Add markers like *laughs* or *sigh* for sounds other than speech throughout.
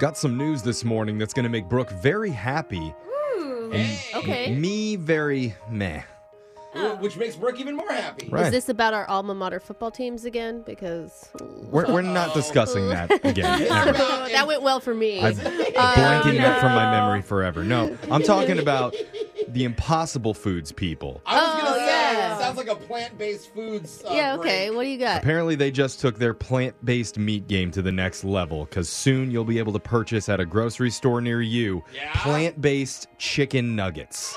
Got some news this morning that's going to make Brooke very happy. Ooh. Hey. Okay. Me, very meh. Oh. Which makes Brooke even more happy. Right. Is this about our alma mater football teams again? Because We're, we're not Uh-oh. discussing that *laughs* again. Oh, ever. Well, that went well for me. I'm Oh, *laughs* blanking it up from my no. memory forever. No, I'm talking about the impossible foods people. I was Oh, gonna say yeah. it sounds like a plant-based foods. Uh, yeah. break. Okay. What do you got? Apparently, they just took their plant based meat game to the next level because soon you'll be able to purchase at a grocery store near you Yeah. plant based chicken nuggets.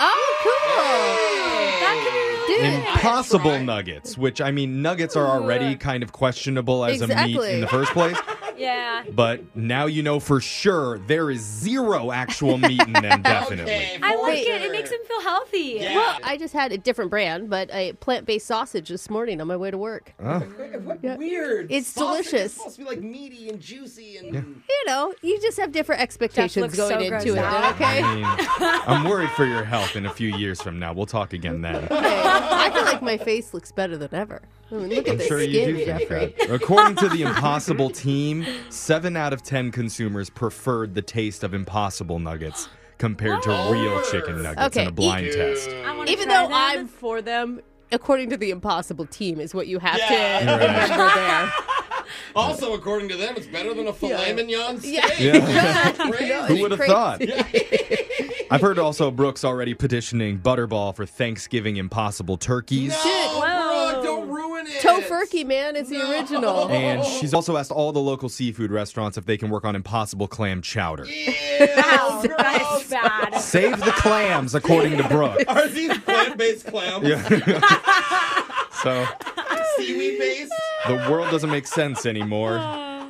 Oh, cool. Hey. That could be really good. Impossible tried. nuggets, which I mean, nuggets are already kind of questionable as a meat Exactly. in the first place, *laughs* *laughs* Yeah. but now you know for sure there is zero actual meat *laughs* in them, definitely. Okay, I for like it. sure. It makes him feel healthy. Yeah. Well, I just had a different brand, but a plant-based sausage this morning on my way to work. Oh, What, what weird. It's Sausage is delicious. supposed to be like meaty and juicy and. You know, you just have different expectations looks so going gross into it. out. Okay. I mean, *laughs* I'm worried for your health in a few years from now. We'll talk again then. Okay. I feel like my face looks better than ever. I mean, look at I'm this sure you skin, do think Jeffrey. that. *laughs* According to *laughs* the Impossible team, seven out of ten consumers preferred the taste of Impossible nuggets compared to real chicken nuggets in Okay, a blind eat- test. I wanna Even try though them. I'm for them, according to the impossible team, is what you have to *laughs* Yeah. Right. remember *laughs* there. Also, according to them, it's better than a filet Yeah. mignon steak. Yeah. Yeah. *laughs* Crazy. know, Who would have Crazy. thought? *laughs* I've heard also Brooks already petitioning Butterball for Thanksgiving Impossible turkeys. No, Oh, Whoa. Brooke, don't ruin it. Tofurkey, man, is the No. original. And she's also asked all the local seafood restaurants if they can work on Impossible clam chowder. Wow, *laughs* Ew, that is gross. bad. Save the clams, according to Brooks. *laughs* Are these plant-based clams? So *laughs* Seaweed-based? the world doesn't make sense anymore.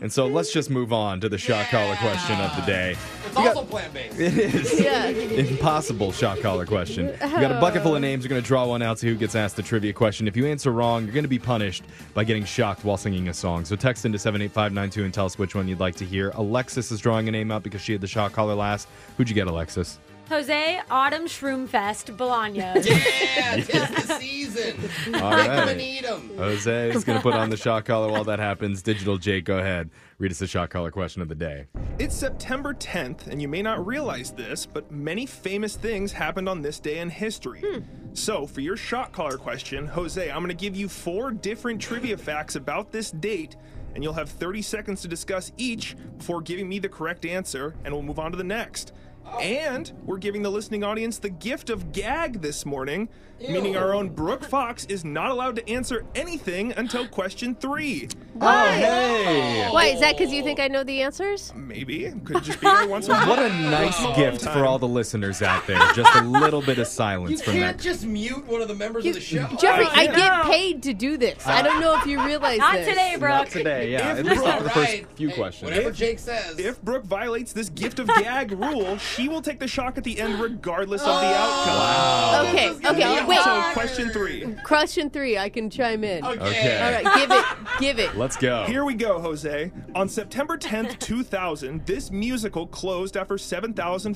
And so let's just move on to the shot collar question of the day. It's also plant-based. It is *laughs* *laughs* Yeah. impossible shot collar question. We got Oh. a bucket full of names. We're going to draw one out to who gets asked the trivia question. If you answer wrong, you're going to be punished by getting shocked while singing a song. So text into 78592 and tell us which one you'd like to hear. Alexis is drawing a name out because she had the shot collar last. Who'd you get, Alexis? Jose Autumn Shroom Fest Bolaños. *laughs* *laughs* Yeah, it's the season. All Make them and eat them. Jose is going to put on the shot collar while that happens. Digital Jake, go ahead. Read us the shot collar question of the day. It's September 10th, and you may not realize this, but many famous things happened on this day in history. So, for your shot caller question, Jose, I'm going to give you four different trivia facts about this date, and you'll have 30 seconds to discuss each before giving me the correct answer, and we'll move on to the next. And we're giving the listening audience the gift of gag this morning, meaning our own Brooke Fox is not allowed to answer anything until question three. Oh, Why? Oh, Hey! Why? Is that because you think I know the answers? Maybe it could Mm, just be there once *laughs* a What a nice gift for all the listeners out there. Just a little bit of You silence from can't that. just mute one of the members of the show. Jeffrey, I yeah. get paid to do this. I don't know if you realize Not this. today, Brooke. today, yeah. If At least we're not for the first Right. few Hey, questions. Whatever Jake says. If Brooke violates this gift of gag rule, she will take the shock at the end regardless of the outcome. Okay, Oh. This is gonna okay, be wait. So, hard. question three. Question three, I can chime in. Okay. All Okay. *laughs* right, give it, give it. Let's go. Here we go, Jose. On September 10th, 2000, this musical closed after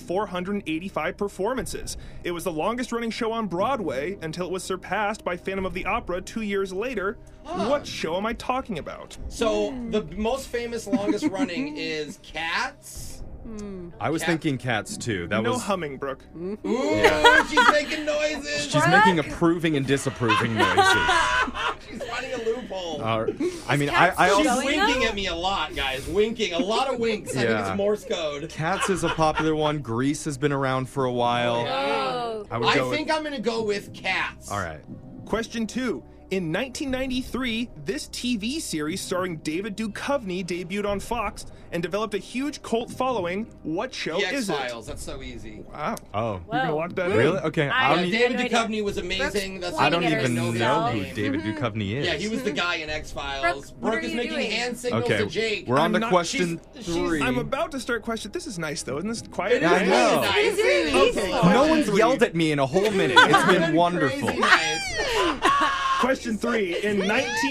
7,485 performances. It was the longest running show on Broadway until it was surpassed by Phantom of the Opera two years later. What show am I talking about? So the most famous, longest running is Cats. Hmm. I was *laughs* thinking cats too. That No was humming, Brooke. Ooh, *laughs* Oh, she's making noises. She's making approving and disapproving noises. *laughs* She's finding a loophole. All right. I mean, I, I she's Showing also up? winking at me a lot, guys. Winking. A lot of winks. I think Yeah. it's Morse code. cats is a popular one. Grease has been around for a while. Oh. I would I go. think with, I'm going to go with Cats. all right. Question two. In 1993, this TV series starring David Duchovny debuted on Fox and developed a huge cult following. What show The Oh, is X it? Files. That's so easy. Wow. Oh, You're gonna lock that in. really? Okay. I, I- don't, Yeah, e- David no idea. Duchovny was amazing. That's I don't Get even herself. know his who name. David Duchovny is. Mm-hmm. Yeah, he was the guy in X Files. Brooke, Brooke, what are is you making doing? hand signals Okay, to Jake. we're on I'm the not- question she's- she's- three. I'm about to start question. This is nice though, isn't this quiet? I know. It is very Nice. peaceful. No one's yelled at me in a whole minute. It's been Crazy wonderful. nice. *laughs* Question three. In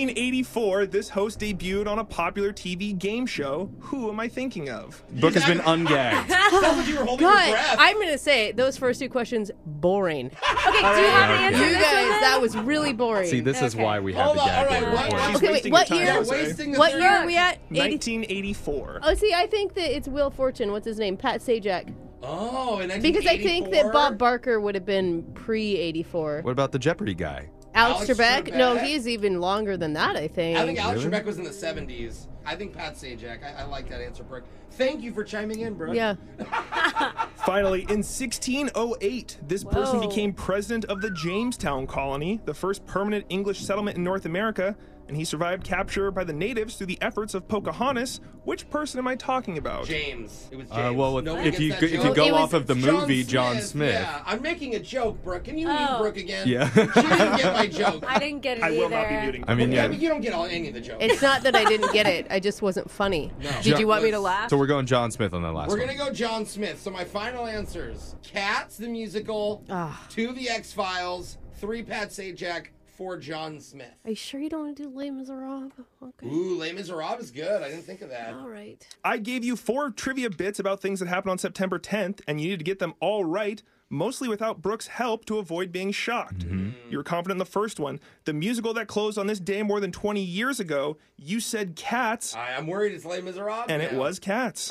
1984, this host debuted on a popular TV game show. Who am I thinking of? Brooke has been ungagged. Sounds like you were holding God, your breath. I'm gonna say those first two questions boring. Okay, do you have an Okay. answer? You to guys, this one, then? that was really boring. See, this is Okay. why we have Hold the on, gag all right, order. what- She's Okay, wait, wasting what your year? time, You're Jose. wasting the what third. year are we at? 80- 1984. oh, see, I think that it's Will Fortune. What's his name? Pat Sajak. Oh, and Because I think that Bob Barker would have been pre 84. What about the Jeopardy guy? *laughs* Alex, Alex Trebek? No, Trebek. he's even longer than that, I think. I think Alex Really? Trebek was in the 70s. I think Pat Sajak. I, I like that answer, Brooke. Thank you for chiming in, Brooke. yeah. Oh. Finally, in 1608, this person Whoa. became president of the Jamestown colony, the first permanent English settlement in North America, and he survived capture by the natives through the efforts of Pocahontas. Which person am I talking about? James. It was James. Uh, well, Nobody if gets you that go, if you joke. It go was off of the movie John Smith, Yeah, I'm making a joke, Brooke. Can you Oh. mute Brooke again? Yeah. she didn't *laughs* get my joke. I didn't get it I either. will not be muting. I mean, I yeah. mean, you don't get all any of the jokes. It's not that I *laughs* didn't get it, I just wasn't funny. Did you want me to laugh? So we're going John Smith on that last We're one. gonna go John Smith. So my final answers: Cats the musical, Ah. two the X Files, three Pat Sajak, four John Smith. Are you sure you don't want to do Les Miserables? Okay. Ooh, Les Miserables is good. I didn't think of that. All right. I gave you four trivia bits about things that happened on September 10th, and you needed to get them all right, mostly without Brooks' help to avoid being shocked. Mm-hmm. You were confident in the first one. The musical that closed on this day more than 20 years ago, you said cats, I, I'm worried it's Les Miserables. and it now. was cats.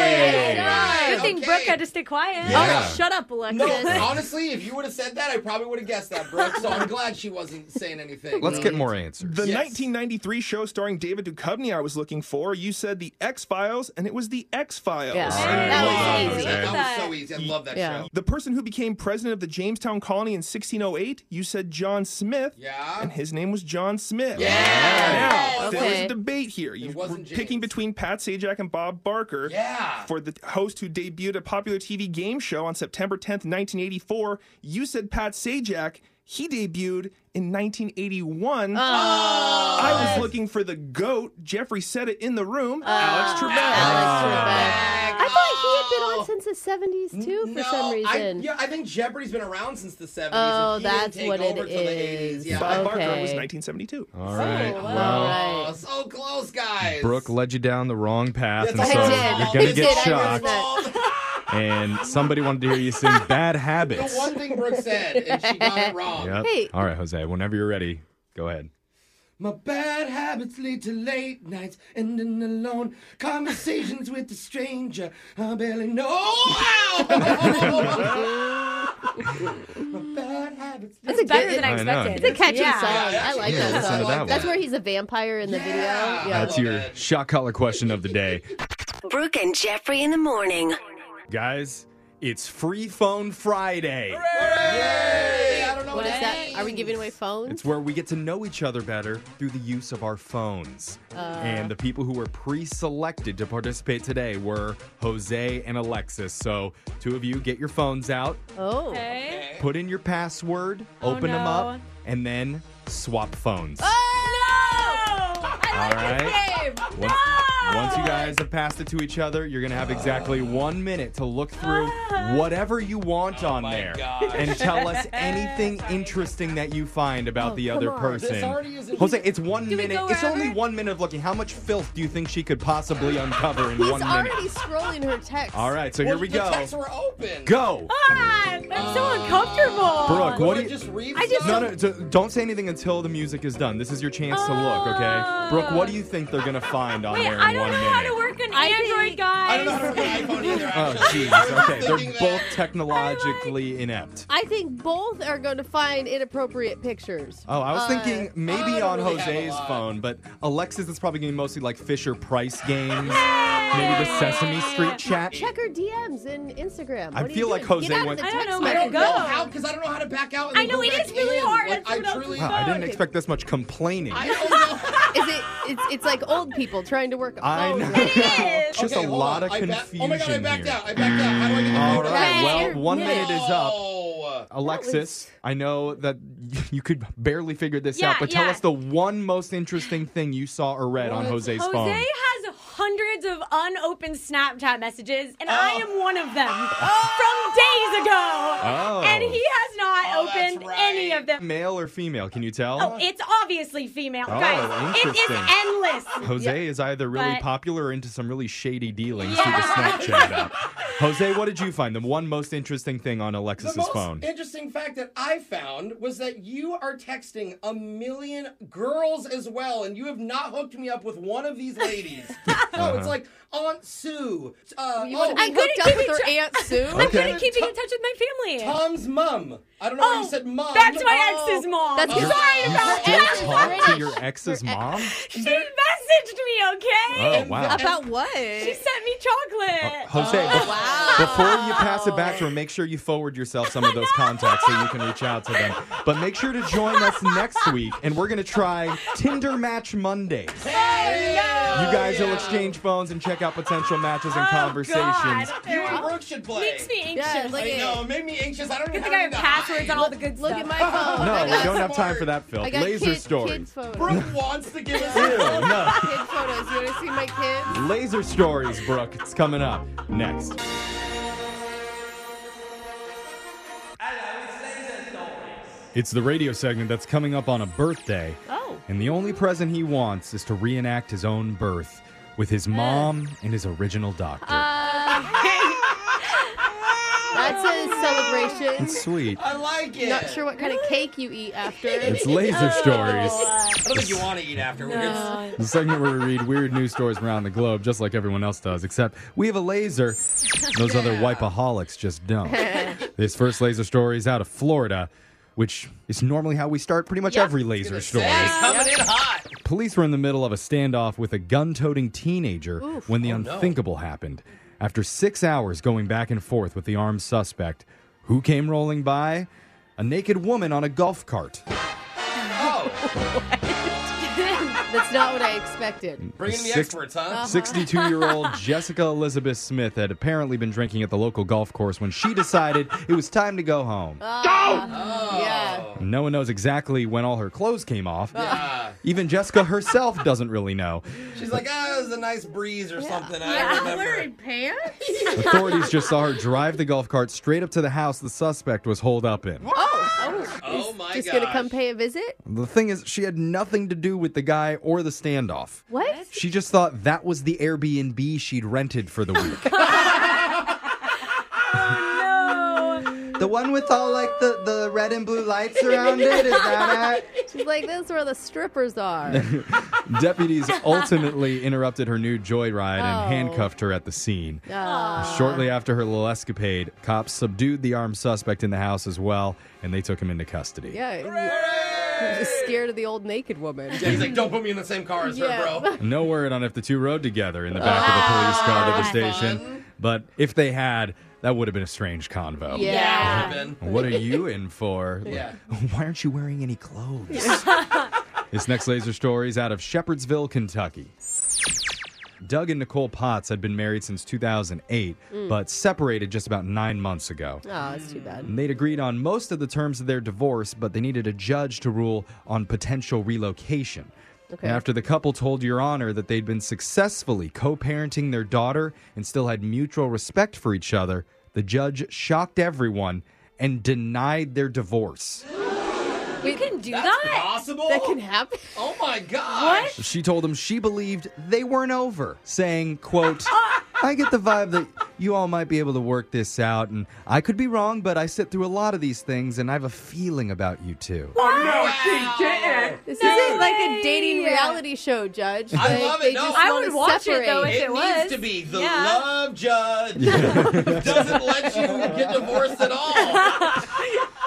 Good thing Okay. Brooke had to stay quiet. Yeah. Oh, shut up, Alexis. No, honestly, if you would have said that, I probably would have guessed that, Brooke. So I'm glad she wasn't saying anything. Let's get more answers. The Yes. 1993 show starring David Duchovny I was looking for, you said The X Files, and it was The X Files. Yeah. Hey. That Wow. was easy. Yeah. That was so easy. I love that Yeah. show. The person who became president of the Jamestown Colony in 1608, you said John Smith, Yeah. and his name was John Smith. Yeah. Now, Okay. there was a debate here. You were wasn't picking James. between Pat Sajak and Bob Barker Yeah. for the host who debuted a popular TV game show on September 10th, 1984. You said Pat Sajak. He debuted in 1981. Oh. I was looking for the goat. Jeffrey said it in the room. Alex Trebek. Oh. I thought he had been on since the 70s, too, for no, some reason. Oh, I, yeah, I think Jeopardy's been around since the 70s. Oh, and he didn't that's take what it over till the 80s. is. Yeah. Bob Barker Okay. was 1972. All right. wow. Well, All Oh, right. so close, guys. Brooke led you down the wrong path, That's and so I all- did. you're gonna I get did. I was shocked. not- And somebody wanted to hear you *laughs* sing "Bad The *laughs* Habits." one thing Brooke said, and she got it wrong. Yep. Hey. All right, Jose. Whenever you're ready, go ahead. My bad habits lead to late nights and then alone conversations with a stranger. I barely know. *laughs* *laughs* Ow! My bad habits. lead- It's better than I I know. expected. It's a Catchy Yeah. song. Yeah, I like yeah, that listen song. to that That's one. where he's a vampire in the Yeah. video. Yeah. I That's love your it. shot collar question of the day, Brooke and Jeffrey in the morning. guys. It's Free Phone Friday. Hey, I don't know What is that? means. Are we giving away phones? It's where we get to know each other better through the use of our phones. Uh. and the people who were pre selected to participate today were Jose and Alexis. So, two of you get your phones out, oh. Okay. put in your password, open them Oh, no. up, and then swap phones. Oh! No! I All like right. this game. Once, once you guys have passed it to each other, you're going to have exactly one minute to look through Uh-huh. whatever you want on Oh my there gosh. and tell *laughs* us anything interesting that you find Oh, about the other person. This already isn't. Jose, it's one we minute. go It's wherever? only one minute of looking. How much filth do you think she could possibly uncover in He's one already minute? scrolling her text. All right, so here we the go. texts were open. Go, I'm, I'm so uncomfortable. Brooke. What What do do I you- just read? I just- stuff? No, no, d- don't say anything until the music is done. This is your chance to look, Oh. okay? Brooke, what do you think they're gonna find on Wait, there in I don't one know minute? how to work an I Android, think- guys. I don't know how to read an iPhone either. Oh, actually. I jeez. was Okay, just they're thinking both that. technologically inept. I think both are going to find inappropriate pictures. Oh, I was thinking Uh, I maybe don't on really have a Jose's lot. phone, but Alexis is probably gonna be mostly like Fisher Price games, maybe the Sesame Street chat. Check her DMs and Instagram. I What are you feel like doing? Jose Get out of went- the I don't text know I where menu. to don't go. know how because I don't know how to back out. And I then know, go it back is really in. hard. Like, That's what I I was truly. Wow, I didn't Phone. expect this much complaining. I don't know. *laughs* Is it? It's, it's like old people trying to work Oh, a *laughs* phone. Oh, I know. right *laughs* now. Yes. Just Okay, a hold lot on. of I back- confusion oh my god, I backed here. out. I backed out. How do I get the All phone right. back? Well, one No. minute is up. Oh. Alexis, I know that *laughs* you could barely figure this Yeah, out, but tell yeah. us the one most interesting thing you saw or read on Jose's Jose phone. has hundreds hundreds of unopened Snapchat messages, and I Oh. am one of them from days ago. Oh. And he has not Oh, that's opened any right. of them. Male or female? Can you tell? Oh, it's obviously female, Oh, guys. It is interesting. endless. Jose is either really But- popular or into some really shady dealings through the Snapchat app. Jose, what did you find? The one most interesting thing on The Alexis's most phone. interesting fact that I found was that you are texting a million girls as well, and you have not hooked me up with one of these ladies. no, it's like Aunt Sue, uh, You want oh, to be I'm gonna hooked up keep with it her tra- aunt soon? I'm Okay. good at keeping in touch with my family. Oh, Tom's mum. I don't know why you said mum. That's my Oh, ex's mom. that's Sorry your- you about still that. talk to your ex's mom? She messaged me, okay? Oh wow. Oh, About what? She sent me Oh, chocolate. Jose, Oh, bef- before you pass it back to her, make sure you forward yourself some of those contacts so you can reach out to them. But make sure to join us next week, and we're going to try Tinder Match Mondays. You guys will exchange phones and check out potential matches and Oh, conversations. God. You and Brooke should play. Makes me anxious. Yeah, like I it- know, it made me anxious. I don't even I have think I have anything to passwords hide. on all the good Look stuff. at my phone. No, Oh, I we got- don't have time for that, Phil. I got Laser kid, story. Kid photos. Brooke wants to *laughs* give us. Ew, no. kid photos. You want to see my kids? Laser stories, Brooke. It's coming up next. It's the radio segment that's coming up on a birthday. Oh. And the only present he wants is to reenact his own birth with his mom and his original doctor. Um, *laughs* That's a celebration. That's sweet. I like it. Not sure what kind of cake you eat after. Oh. It's laser stories. *laughs* I don't think you want to eat afterwards. The segment where we read weird news stories from around the globe, just like everyone else does, except we have a laser. Those other wipeaholics just don't. this first laser story is out of Florida, which is normally how we start pretty much every laser story. coming in hot. Police were in the middle of a standoff with a gun toting teenager when the Oh, no. unthinkable happened. After six hours going back and forth with the armed suspect, who came rolling by? A naked woman on a golf cart. Oh, *laughs* That's not what I expected. bringing the Six- experts, huh? 62 year old Jessica Elizabeth Smith had apparently been drinking at the local golf course when she decided it was time to go home. Ah, Oh. Yeah. No one knows exactly when all her clothes came off. Yeah. Even Jessica herself doesn't really know. She's like, ah, it was a nice breeze or something. I I'm remember. wearing *laughs* pants? Authorities just saw her drive the golf cart straight up to the house the suspect was holed up in. Oh my Just god. gonna come pay a visit? The thing is, she had nothing to do with the guy or the standoff. What? She just thought that was the Airbnb she'd rented for the week. No. the one with all like the, the red and blue lights around it, *laughs* is that it? She's like, that's where the *laughs* strippers are. Deputies ultimately interrupted her new joyride Oh. and handcuffed her at the scene. Uh, Shortly after her little escapade, cops subdued the armed suspect in the house as well, and they took him into custody. yeah. Hooray! I'm just scared of the old naked woman. Yeah, he's like, don't put me in the same car as her, Yeah. bro. No word on if the two rode together in the back Ah, of the police car to the station, but if they had, that would have been a strange convo. Yeah. Ben. What are you in for? Like, Yeah. Why aren't you wearing any clothes? this next laser story is out of Shepherdsville, Kentucky. Doug and Nicole Potts had been married since 2008, but separated just about nine months ago. *laughs* Oh, it's too bad. And They'd agreed on most of the terms of their divorce, but they needed a judge to rule on potential relocation. Okay. And after the couple told Your Honor that they'd been successfully co parenting their daughter and still had mutual respect for each other, the judge shocked everyone and denied their divorce. You can do Mm. That's that? possible? That can happen. Oh my gosh. She told him she believed they weren't over, saying, quote, I get the vibe that you all might be able to work this out, and I could be wrong, but I sit through a lot of these things, and I have a feeling about you two. Oh, This isn't like a dating reality show, Judge. I Like, love it. They No. just I wanna would watch it, separate. though, if- It, it needs was. to be the Yeah. love judge *laughs* doesn't let you get *laughs* divorced at all.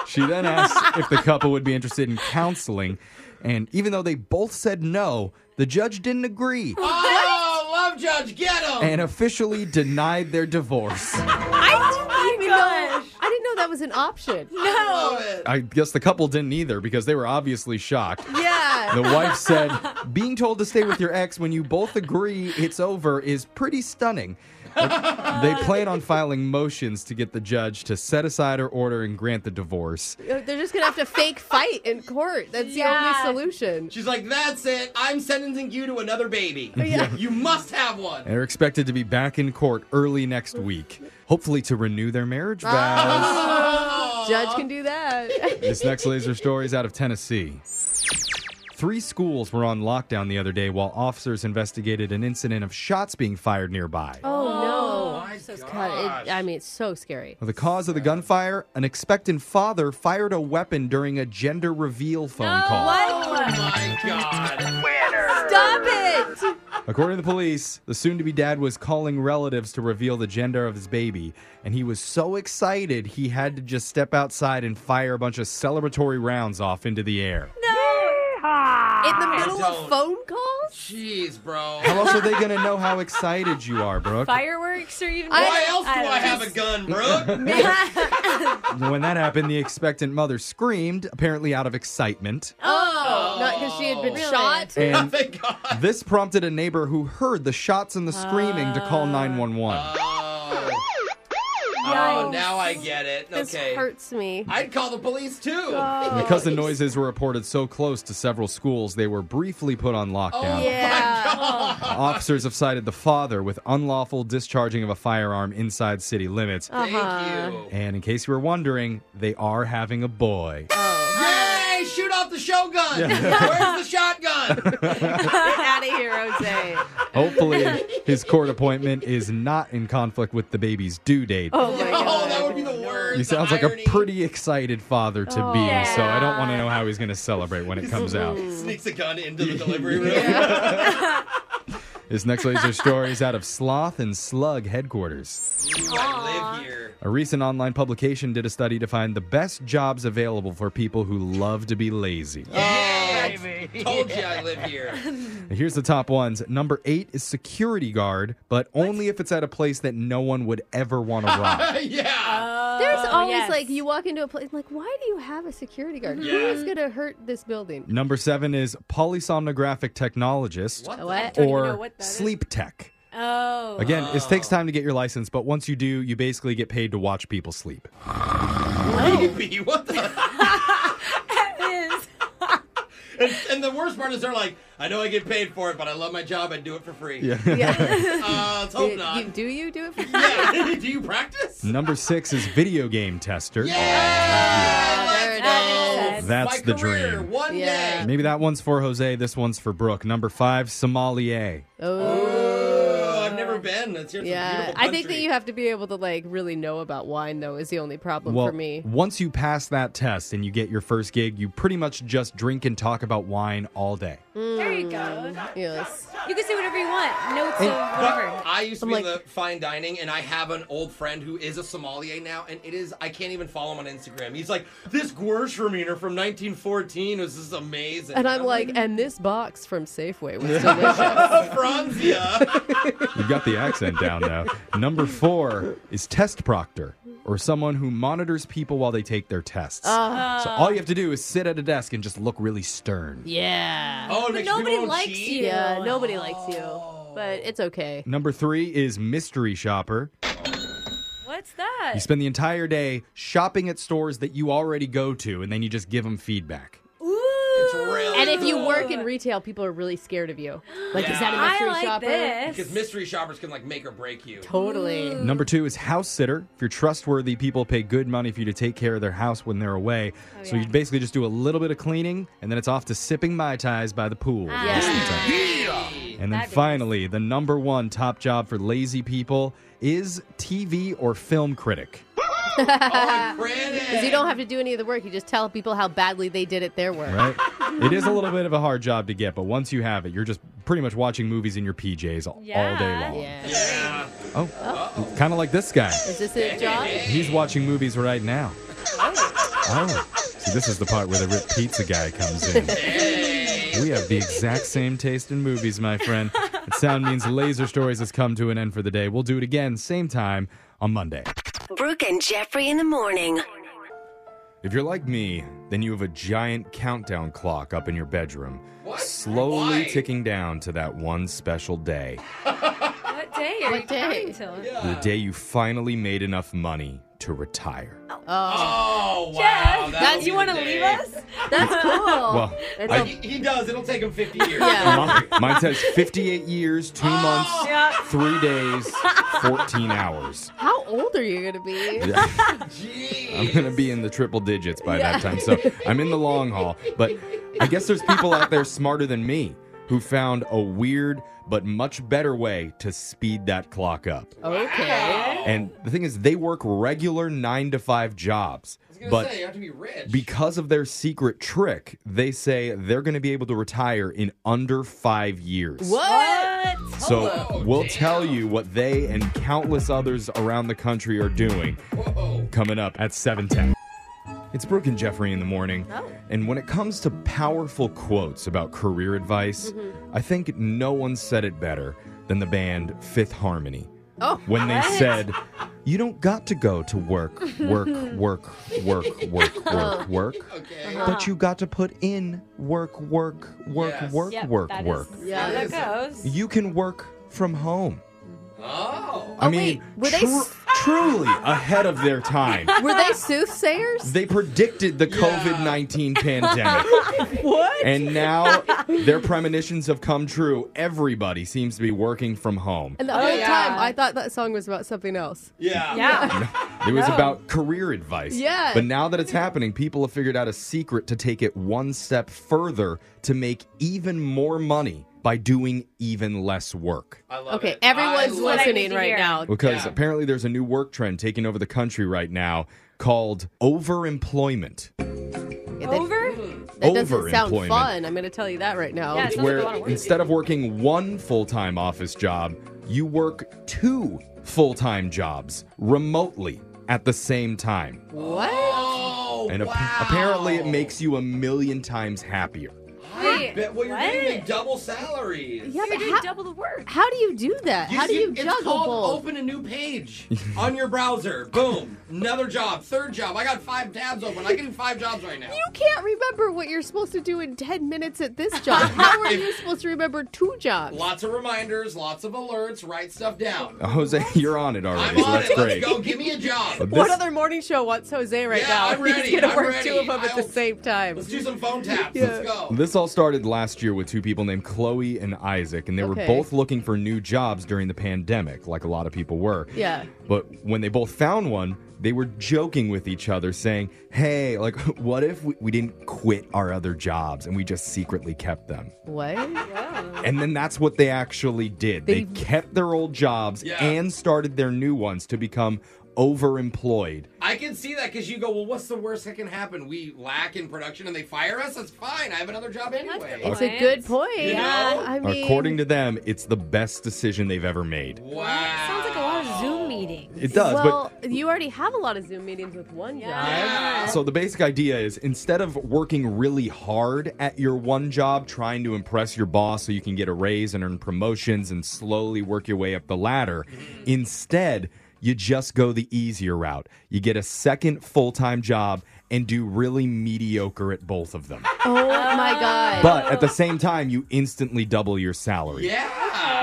She then asked if the couple would be interested in counseling, and even though they both said no, the judge didn't agree Oh, love judge, get him. and officially denied their divorce. Oh I didn't gosh. I didn't know that was an option. No. Love it. I guess the couple didn't either because they were obviously shocked. Yeah. The wife said, being told to stay with your ex when you both agree it's over is pretty stunning. they plan on filing motions to get the judge to set aside her order and grant the divorce. They're just gonna have to fake fight in court. That's Yeah. the only solution. She's like, that's it. I'm sentencing you to another *laughs* baby. You must have one. And are expected to be back in court early next week, hopefully to renew their marriage vows. Oh. *laughs* Judge can do that. *laughs* This next laser story is out of Tennessee. Three schools were on lockdown the other day while officers investigated an incident of shots being fired nearby. oh no! My God, gosh. it, I mean, it's so scary. The cause of the gunfire? An expectant father fired a weapon during a gender reveal phone call. What? Oh my God. Stop it! According to the police, the soon to be dad was calling relatives to reveal the gender of his baby, and he was so excited he had to just step outside and fire a bunch of celebratory rounds off into the air. In the middle don't. Oh. of phone calls? Jeez, bro. How else are they *laughs* going to know how excited you are, Brooke? Fireworks or even? Why else do I, have a gun, bro? When that happened, the expectant mother screamed, apparently out of excitement. Oh, not because she had been Really? *laughs* shot. *laughs* Oh, And Thank God. this prompted a neighbor who heard the shots and the screaming to call uh, 911. Oh. Yikes. Oh, now I get it. This Okay. hurts me. Oh. I'd call the police too. Because the noises were reported so close to several schools, they were briefly put on Oh, *laughs* lockdown. Oh, yeah. Officers have cited the father with unlawful discharging of a firearm inside city limits. Uh-huh. Thank you. And in case you were wondering, they are having a boy. Yay! Shoot off the shotgun. Where's the shotgun? *laughs* Get out of here, Jose. Hopefully, his court appointment is not in conflict with the baby's due date. *laughs* Oh my oh, that god. would be the worst. He sounds like a pretty excited father to be, Oh. so I don't want to know how he's going to celebrate when *laughs* it comes out. Sneaks a gun into the delivery room. *laughs* This next laser story is out of Sloth and Slug headquarters. Ooh, I live here. A recent online publication did a study to find the best jobs available for people who love to be lazy. Yeah, I told you I live here. Here's the top ones. Number eight is security guard, but only if it's at a place that no one would ever want to *laughs* rob. *laughs* yeah. There's always Oh, yes. *laughs* Mm-hmm. like you walk into a place like why do you have a security guard? Yeah. Who's gonna hurt this building? Number seven is polysomnographic technologist What? the- What? Don't even know or what that is. sleep tech. Oh. Again, it takes time to get your license, but once you do, you basically get paid to watch people sleep. Creepy. Oh. What the? *laughs* And, and the worst part is they're like, I know I get paid for it, but I love my job. I'd do it for free. Yeah. *laughs* uh, let's hope You- not. you- do you do it? For- yeah. *laughs* do you practice? Number six is video game tester. Yeah. let's there it is. go. That's That's my the career, dream. One Yeah. day. Maybe that one's for Jose, this one's for Brooke. Number five, sommelier. oh. Oh, I've never been. It's here's a Yeah, beautiful I think that country. you have to be able to like really know about wine though is the only problem well, for me. once you pass that test and you get your first gig, you pretty much just drink and talk about wine all day. There you go. Mm, Yes. You can say whatever you want. Oh, Notes of whatever. But I used to I'm be in like- the fine dining, and I have an old friend who is a sommelier now, and it is I can't even follow him on Instagram. He's like, this Gewürztraminer from 1914 was just amazing, And I'm *laughs* like, and this box from Safeway was delicious. Franzia. You've got the accent down, though. Number four is test proctor, or someone who monitors people while they take their tests. Ah. so all you have to do is sit at a desk and just look really stern. yeah. Oh, it But makes nobody people likes cheat? Oh. you. Yeah, nobody likes you. But it's okay. Number three is mystery shopper. What's that? You spend the entire day shopping at stores that you already go to, and then you just give them feedback. Ooh. It's really And if you work in retail, people are really scared of you. *laughs* Like, is that a *gasps* Yeah. I mystery like shopper? this. because mystery shoppers can like make or break you. Totally. Number two is house sitter. If you're trustworthy, people pay good money for you to take care of their house when they're away. Oh, So you basically just do a little bit of cleaning, and then it's off to sipping mai tais by the pool. the rest of the time. And then Ah. Fabulous. finally, the number one top job for lazy people is TV or film critic. *laughs* Oh, granted. Because you don't have to do any of the work. You just tell people how badly they did at their work. *laughs* Right? it is a *laughs* little bit of a hard job to get, but once you have it, you're just pretty much watching movies in your PJs all, all day Yeah. long. Yeah. Yeah. Oh, kind of like this guy. Is this a *laughs* job? He's watching movies right now. Oh, see, this is the part where the ripped pizza guy comes in. We have the exact same taste in movies, my friend. It sound means Laser Stories has come to an end for the day. We'll do it again, same time on Monday. Brooke and Jeffrey in the morning. If you're like me, then you have a giant countdown clock up in your bedroom, What? slowly Why? ticking down to that one special day. What day are you day? counting till? The day you finally made enough money to retire. Oh, wow. Jeff, that'll you be want to the leave day. us? *laughs* That's cool. Well, That's I- a- He, he does. It'll take him 50 years. Yeah. Mine, mine says 58 years, Oh. two months, Yeah. three days, 14 hours. how old are you going to be? *laughs* Jeez. I'm going to be in the triple digits by that time. So I'm in the long haul. But I guess there's people out there smarter than me who found a weird but much better way to speed that clock up. Okay. And the thing is, they work regular nine to five jobs. I was gonna But say, you have to be rich. because of their secret trick, they say they're going to be able to retire in under five years. What? What? So Hello, we'll damn. tell you what they and countless others around the country are doing Whoa. coming up at 7:10. It's Brooke and Jeffrey in the morning. Oh. And when it comes to powerful quotes about career advice, Mm-hmm. I think no one said it better than the band Fifth Harmony. Oh, When they said, "You don't got to go to work, work, work, work, work, *laughs* work, work." Okay. Uh-huh. But you got to put in work, work, work, Yes. work, Yep, work, that is work. Yeah, how it that is. goes. You can work from home. Oh. I Oh, mean, wait, were they tru- s- truly ahead of their time. *laughs* Were they soothsayers? They predicted *laughs* the COVID 19 pandemic. *laughs* What? And now their premonitions have come true. Everybody seems to be working from home. And the whole yeah. time, I thought that song was about something else. Yeah. Oh, Yeah. It was No. about career advice. Yeah. But now that it's happening, people have figured out a secret to take it one step further to make even more money by doing even less work. I love Okay, it. I everyone's love what I need listening to right hear. now. Because Yeah. apparently there's a new work trend taking over the country right now called overemployment. Yeah, that- Over? That doesn't sound Overemployment. fun. I'm going to tell you that right now. Yeah, It's Sounds like a where lot of work. instead of working one full time office job, you work two full time jobs remotely at the same time. What? Oh, And ap- wow. apparently it makes you a million times happier. *laughs* I Wait, bet well, you're what? getting double salaries. Yeah, You're but doing how, double the work. how do you do that? how do you it's juggle called both? open a new page *laughs* on your browser. Boom. Another job. Third job. I got five tabs open. I can do five jobs right now. You can't remember what you're supposed to do in 10 minutes at this *laughs* job. How are you supposed to remember two jobs? Lots of reminders, lots of alerts, write stuff down. Jose, you're on it already, I'm so on that's it. great. Let's go. Give me a job. But what this- other morning show wants Jose right Yeah, now? I'm ready, He's gonna I'm work ready. two of them at the I'll- same time. Let's do some phone taps. Let's go. This all started last year with two people named Chloe and Isaac, and they were Okay. both looking for new jobs during the pandemic, like a lot of people were. Yeah. But when they both found one, they were joking with each other, saying, Hey, like, what if we, we didn't quit our other jobs and we just secretly kept them? What? And then that's what they actually did. They, They- kept their old jobs Yeah. and started their new ones to become overemployed. I can see that because you go, well, what's the worst that can happen? We lack in production and they fire us? That's fine. I have another job anyway. It's a good point. You know? I mean, According to them, it's the best decision they've ever made. Wow. Sounds like a lot of Zoom meetings. It does, well, but you already have a lot of Zoom meetings with one job. Yeah. So the basic idea is instead of working really hard at your one job, trying to impress your boss so you can get a raise and earn promotions and slowly work your way up the ladder, instead, you just go the easier route. You get a second full time job and do really mediocre at both of them. Oh my god. But at the same time, you instantly double your salary. Yeah.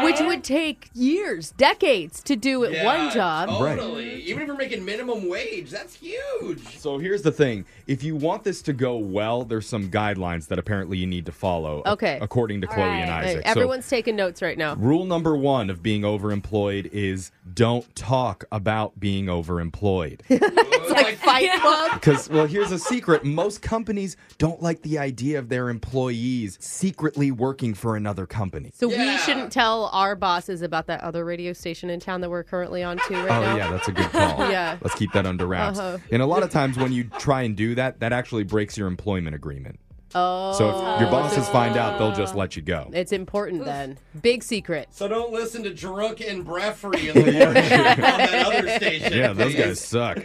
which would take years, decades to do at Yeah, Oh, one job. Totally. Even if you're making minimum wage, that's huge. So here's the thing. If you want this to go well, there's some guidelines that apparently you need to follow. a- Okay. According to Chloe right. and Hey, Isaac. Hey, So- everyone's taking notes right now. Rule number one of being overemployed is don't talk about being *laughs* overemployed. It's like Fight *laughs* Club. Because, well, here's a secret most companies don't like the idea of their employees secretly working for another company. So Yeah. we shouldn't tell our bosses about that other radio station in town that we're currently on to right Oh, now. yeah, that's a good call. *laughs* Yeah. Let's keep that under wraps. Uh-huh. And a lot of times when you try and do that, that actually breaks your employment agreement. Oh, So if your bosses find out, they'll just let you go. it's important then. Big secret. So don't listen to Drunk and Breffrey in *laughs* the morning *laughs* on that other station. *laughs* Yeah, those please. guys suck.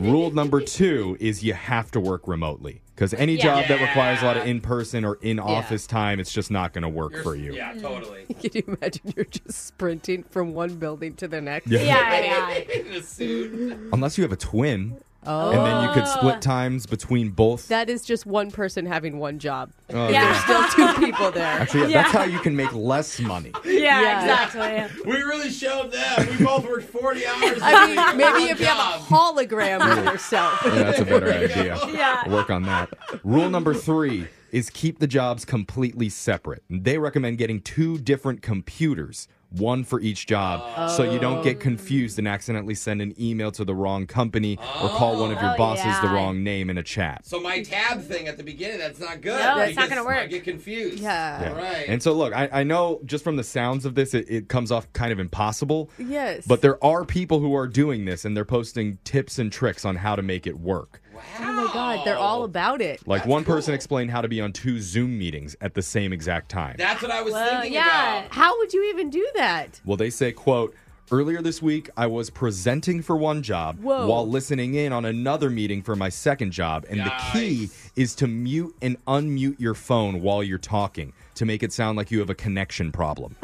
Rule number two is you have to work remotely. Because any job that requires a lot of in person or in office time, it's just not going to work You're- for you. Yeah, totally. *laughs* Can you imagine you're just sprinting from one building to the next? Yeah. *laughs* Yeah, yeah. In a suit. Unless you have a twin. and then you could split times between both. *laughs* That is just one person having one job. Oh, Yeah. okay. Still two people *laughs* there. Actually, yeah, Yeah. that's how you can make less money. Yeah, Yeah. exactly. *laughs* We really showed them. We both worked 40 hours. I mean, maybe if you have a Job. hologram of yourself. Yeah, Oh, that's *laughs* a *laughs* better There you go. idea. Yeah. Work on that. Rule number three is keep the jobs completely separate. They recommend getting two different computers, one for each job, so you don't Oh. get confused and accidentally send an email to the wrong company or call one of your Oh, bosses the yeah. wrong name in a chat. So my tab thing at the beginning, that's not good. No, it's not because gonna work. I get confused. Yeah. Yeah. Right. And so, look, I, I know just from the sounds of this, it, it comes off kind of impossible. Yes. But there are people who are doing this and they're posting tips and tricks on how to make it work. oh my God, they're all about it. Like one person explained how to be on two Zoom meetings at the same exact time. That's what I was Well, thinking yeah. about. How would you even do that? Well, they say, quote, Earlier this week, I was presenting for one job Whoa. while listening in on another meeting for my second job. And the key is to mute and unmute your phone while you're talking to make it sound like you have a connection problem.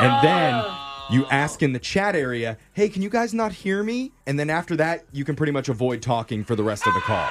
and then you ask in the chat area, hey, can you guys not hear me? And then after that, you can pretty much avoid talking for the rest of the call.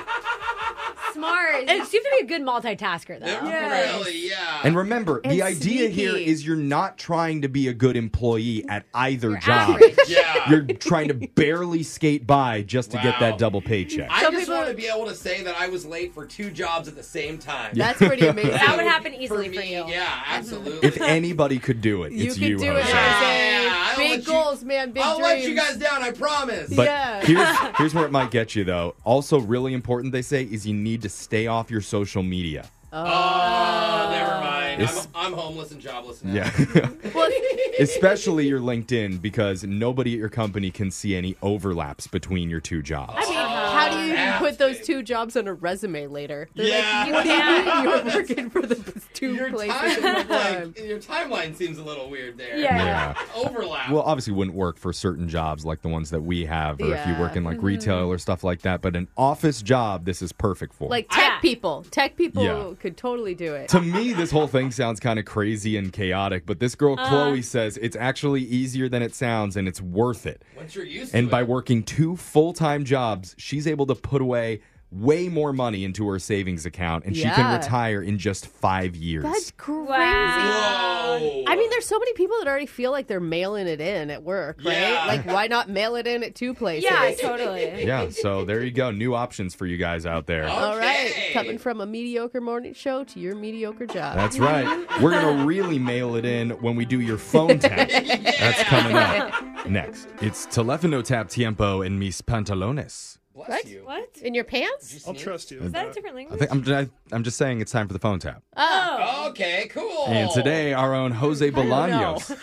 Smart. You have to be a good multitasker, though. Yeah. Really, yeah. And remember, the It's idea here sneaky. is you're not trying to be a good employee at either job. average. *laughs* yeah. You're trying to barely skate by just to get Wow. that double paycheck. *laughs* I Some just people- want to be able to say that I was late for two jobs at the same time. That's *laughs* pretty amazing. That would happen easily me, for, you. Yeah, absolutely. if anybody could do it, You it's could you, do it, Jose. Yeah. Jose. Yeah, I'll let big you- goals, man. Big I'll dreams. let you guys down, I promise. But Yeah. here's here's where it might get you though. Also, really important they say is you need to stay off your social media. oh, never mind. It's- I'm, I'm homeless and jobless now. *laughs* Yeah. *laughs* Especially your LinkedIn because nobody at your company can see any overlaps between your two jobs. *laughs* I mean, how do you even Oh, that's put those big. two jobs on a resume later? They're Yeah. like, you, Yeah. you were working for the two *laughs* Your, places. time, at the time. like, your timeline seems a little weird there. Yeah. yeah. *laughs* Overlap. Well, obviously, wouldn't work for certain jobs like the ones that we have, or if you Yeah. work in Mm-hmm. like retail or stuff like that. But an office job, this is perfect for. Like tech Yeah. people. Tech people Yeah. could totally do it. to me, this whole thing sounds kind of crazy and chaotic. But this girl Uh-huh. Chloe says it's actually easier than it sounds, and it's worth it. Once you're used And to by it. working two full time jobs, she's able to put away way more money into her savings account, and she Yeah. can retire in just five years. That's *laughs* crazy. Whoa. I mean, there's so many people that already feel like they're mailing it in at work, right? Yeah. Like, why not mail it in at two places? Yeah, totally. yeah, so there you go. New options for you guys out there. Oh, All right. Okay. Coming from a mediocre morning show to your mediocre job. That's right. We're going to really mail it in when we do your phone tap. That's coming up next. It's Telefono Tap Tiempo and Mis Pantalones. Bless What? you. What? Oh, Is In your pants? I'll trust you. that a different I language? think I'm, I, I'm just saying it's time for the phone tap. Oh. Oh. Oh. Okay, cool. And today, our own Jose Bolaños.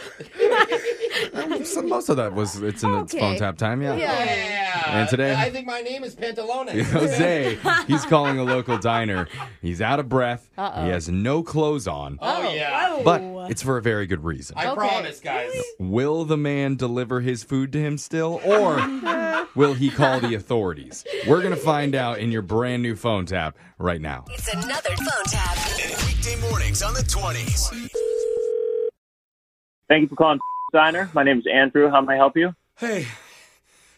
So Most of that was it's in its Okay. phone tap time, yeah. Yeah. Yeah. And today- I think my name is Pantalone. *laughs* Jose, he's calling a local diner. He's out of breath. He has no clothes on, *laughs* Oh, yeah. but it's for a very good reason. I Okay. promise, guys. Will the man deliver his food to him still, or will he call the authorities? We're going to find out in your brand new phone tap right now. It's another phone tap. Weekday mornings on the 20s. Thank you for calling Diner. My name is Andrew. How may I help you? Hey,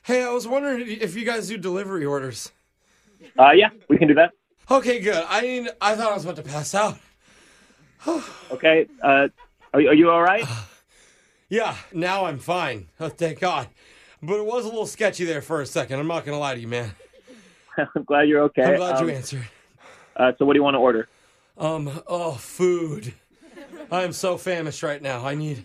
hey, I was wondering if you guys do delivery orders. Uh, yeah, we can do that. Okay, good. I mean, I thought I was about to pass out. *sighs* Okay. Uh, are, you- are you all *sighs* right? *laughs* Yeah, now I'm fine. Oh, thank God. But it was a little sketchy there for a second. I'm not gonna lie to you, man. I'm glad you're okay. I'm glad Um, you answered. uh, so, what do you want to order? Um, oh, food. I am so famished right now. I need.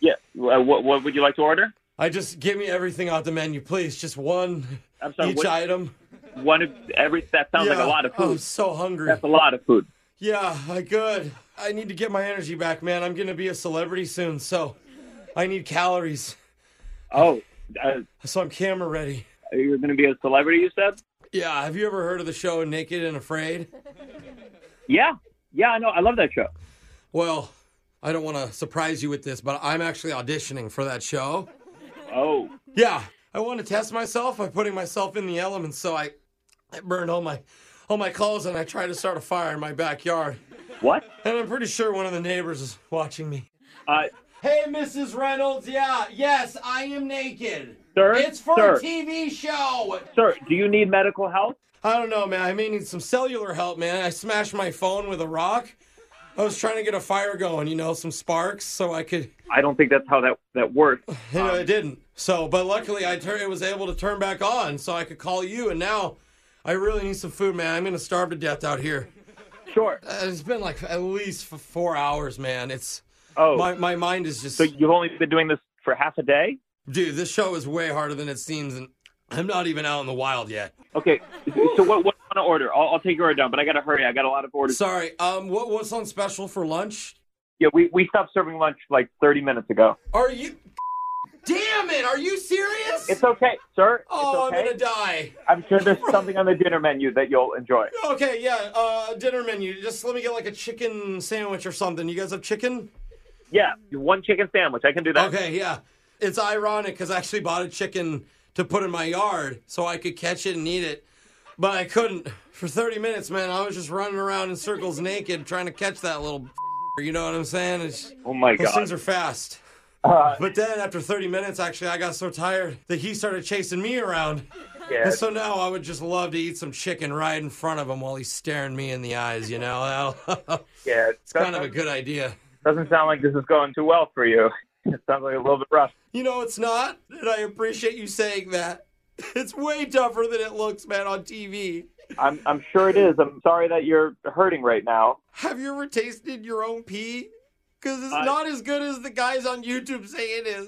Yeah. Uh, what, what would you like to order? I just give me everything off the menu, please. Just one I'm sorry. each what- item. Oh, one of every. That sounds like a lot of I'm food. so hungry. That's a lot of food. Yeah, I good. I need to get my energy back, man. I'm gonna be a celebrity soon, so I need calories. Oh, uh, So I'm camera ready. you're going to be a celebrity, you said? Yeah, have you ever heard of the show Naked and Afraid? *laughs* Yeah. Yeah, I know. I love that show. Well, I don't want to surprise you with this, but I'm actually auditioning for that show. Oh, Yeah, I want to test myself by putting myself in the elements, so I, I burned all my all my clothes and I tried to start a fire in my backyard. what? And I'm pretty sure one of the neighbors is watching me. Uh, Hey, Mrs. Reynolds, yeah, yes, I am naked. Sir? It's for Sir. a TV show. Sir, do you need medical help? I don't know, man. I may need some cellular help, man. I smashed my phone with a rock. I was trying to get a fire going, you know, some sparks, so I could. I don't think that's how that, that *sighs* works. *laughs* You know, it didn't. So, but luckily, I tur- it was able to turn back on, so I could call you. And now, I really need some food, man. I'm gonna starve to death out here. Sure. Uh, It's been like at least f- four hours, man. It's Oh, my my mind is just. so you've only been doing this for half a day? Dude, this show is way harder than it seems, and I'm not even out in the wild yet. Okay, so what, what do you want to order? I'll, I'll take your order down, but I got to hurry. I got a lot of orders. Sorry. Um, what what's on special for lunch? yeah, we, we stopped serving lunch like 30 minutes ago. Are you? *laughs* Damn it! Are you serious? It's okay, sir. oh, it's I'm okay. gonna die. I'm sure *laughs* there's something on the dinner menu that you'll enjoy. Okay, yeah. Uh, dinner menu. Just let me get like a chicken sandwich or something. You guys have chicken? Yeah, one chicken sandwich. I can do that. Okay, yeah. It's ironic because I actually bought a chicken to put in my yard so I could catch it and eat it, but I couldn't. For 30 minutes, man, I was just running around in circles naked trying to catch that little. *laughs* You know what I'm saying? It's, Oh my those god. things are fast. Uh, But then after 30 minutes, actually, I got so tired that he started chasing me around. yeah. And so now I would just love to eat some chicken right in front of him while he's staring me in the eyes, you know? *laughs* That'll- yeah. it's kind of a good idea. Doesn't sound like this is going too well for you. It sounds like a little bit rough. You know, it's not, and I appreciate you saying that. *laughs* It's way tougher than it looks, man, on TV. I'm I'm sure it is. I'm sorry that you're hurting right now. Have you ever tasted your own pee? Because it's I- not as good as the guys on YouTube say it is.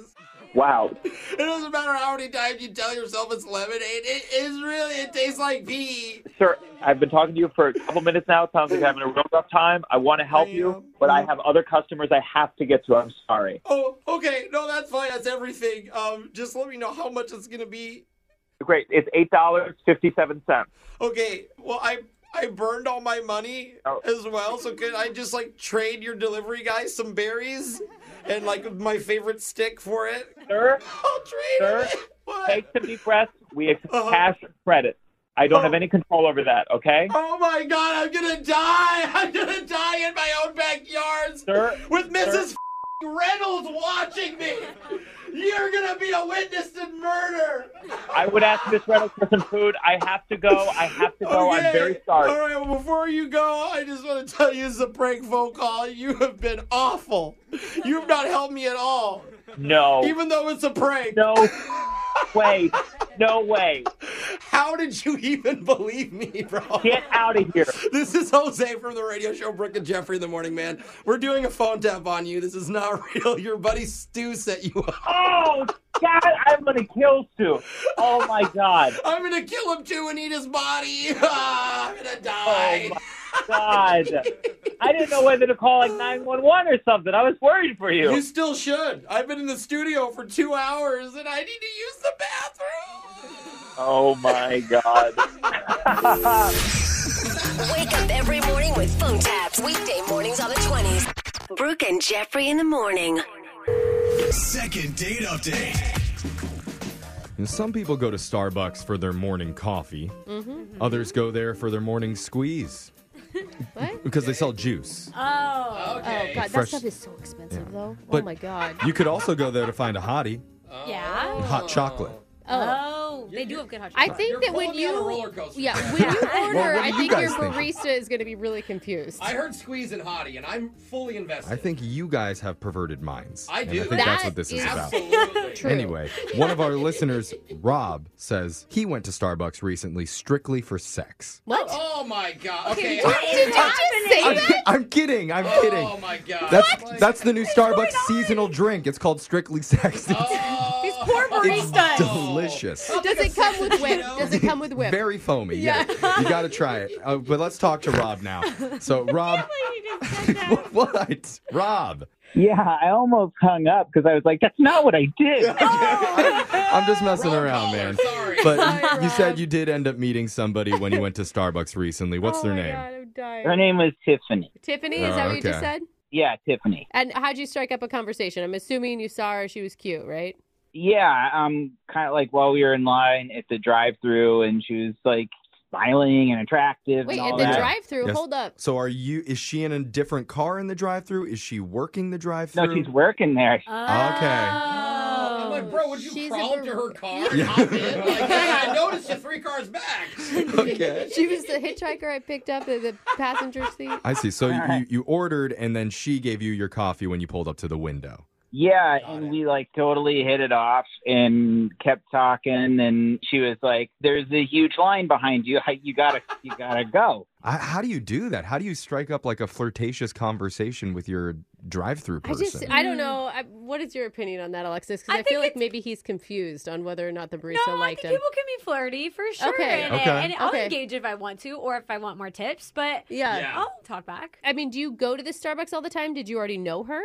Wow. It doesn't matter how many times you tell yourself it's lemonade. It is really, it tastes like pee. Sir, I've been talking to you for a couple minutes now. It sounds like you're having a real rough time. I want to help you, but I have other customers I have to get to. I'm sorry. Oh, okay. No, that's fine. That's everything. Um, just let me know how much it's gonna be. Great. It's eight dollars fifty seven cents. Okay. Well, I I burned all my money Oh. as well. So could I just like trade your delivery guy some berries and like my favorite stick for it? Sir, I'll trade Sir, it. What? take some deep breaths. We accept Uh-huh. cash or credit. I don't Oh. have any control over that. Okay. Oh my God! I'm gonna die! *laughs* I'm gonna die in my own backyard Sir, with Mrs. Reynolds watching me. You're gonna be a witness to murder. I would ask Miss Reynolds for some food. I have to go. I have to go. I'm very sorry. Oh, All right, well, before you go, I just want to tell you it's a prank phone call. You have been awful. You've not helped me at all, No. even though it's a prank. No way. No way. How did you even believe me, bro? Get out of here. This is Jose from the radio show Brooke and Jeffrey in the Morning Man. We're doing a phone tap on you. This is not *laughs* real. Your buddy Stu set you up. Oh, God, I'm going to kill Sue. Oh, my God. I'm gonna kill him too and eat his body. *laughs* Ah, I'm gonna die. Oh, God. I didn't know whether to call like 911 or something. I was worried for You you. still should. I've been in the studio for two hours and I need to use the bathroom. Oh, my God. *laughs* Wake up every morning with phone taps. Weekday mornings on the 20s. Brooke and Jeffrey in the morning. Second date update. And some people go to Starbucks for their morning coffee. Mm-hmm. Others go there for their morning squeeze What? because they sell juice. Oh, Oh god, that Fresh- stuff is so expensive though. But- oh my god. You could also go there to find a hottie, yeah. hot chocolate. Oh. Oh, they do have good hot I chocolate. think You're that when pulling me you on a roller coaster. yeah, *laughs* when you order, Well, what I do you think your guys think? barista is going to be really confused. I heard Squeeze and Hottie, and I'm fully invested. I think you guys have perverted minds. I And do. I think that's That what this is is- about. Absolutely. *laughs* True. Anyway, one of our listeners, Rob, says he went to Starbucks recently strictly for sex. what? Oh my god. Okay. what I- is *laughs* Did you say happening? I'm, that? I'm kidding. I'm kidding. Oh my god. That's Like, that's the new Starbucks seasonal drink. It's called strictly sexy. oh. These poor it's baristas. delicious. Does it come with whip? Does it come with whip? *laughs* Very foamy. Yeah. you got to try it. Uh, but let's talk to Rob now. So, *laughs* Rob, *laughs* what? Rob, Yeah, I almost hung up because I was like, that's not what I did. *laughs* I'm just messing Wrong around, caller, man. oh, Sorry. But Oh. Sorry, you said Rob. you did end up meeting somebody when you went to Starbucks recently. What's oh their my name? God, I'm dying. Her name was Tiffany. Tiffany, is Oh, that what you okay. just said? Yeah, Tiffany. And how'd you strike up a conversation? I'm assuming you saw her; she was cute, right? Yeah, um, kind of like while we were in line at the drive-through, and she was like smiling and attractive. Wait, and all at the that. drive-through, Yes. hold up. So are you? Is she in a different car in the drive-through? Is she working the drive-through? no, she's working there. I'm Oh. like, bro, would you She's crawl a to *laughs* ver- her car? and hop in? Like, hey, I noticed you three cars *laughs* back. Okay. She was the hitchhiker I picked up at the passenger seat. I see. So you, you ordered, and then she gave you your coffee when you pulled up to the window. Yeah, Got and it. we like totally hit it off and kept talking. And she was like, "There's a huge line behind you. *laughs* You gotta, you gotta go." I, how do you do that? How do you strike up like a flirtatious conversation with your drive-through I person? just, I don't know. I, what is your opinion on that, Alexis? Because I I, think feel like it's- maybe he's confused on whether or not the barista No, I liked think him. people can be flirty for sure, Okay. and, Okay. and I'll Okay. engage if I want to, or if I want more tips. But Yeah. Yeah. I'll talk back. I mean, do you go to the Starbucks all the time? Did you already know her?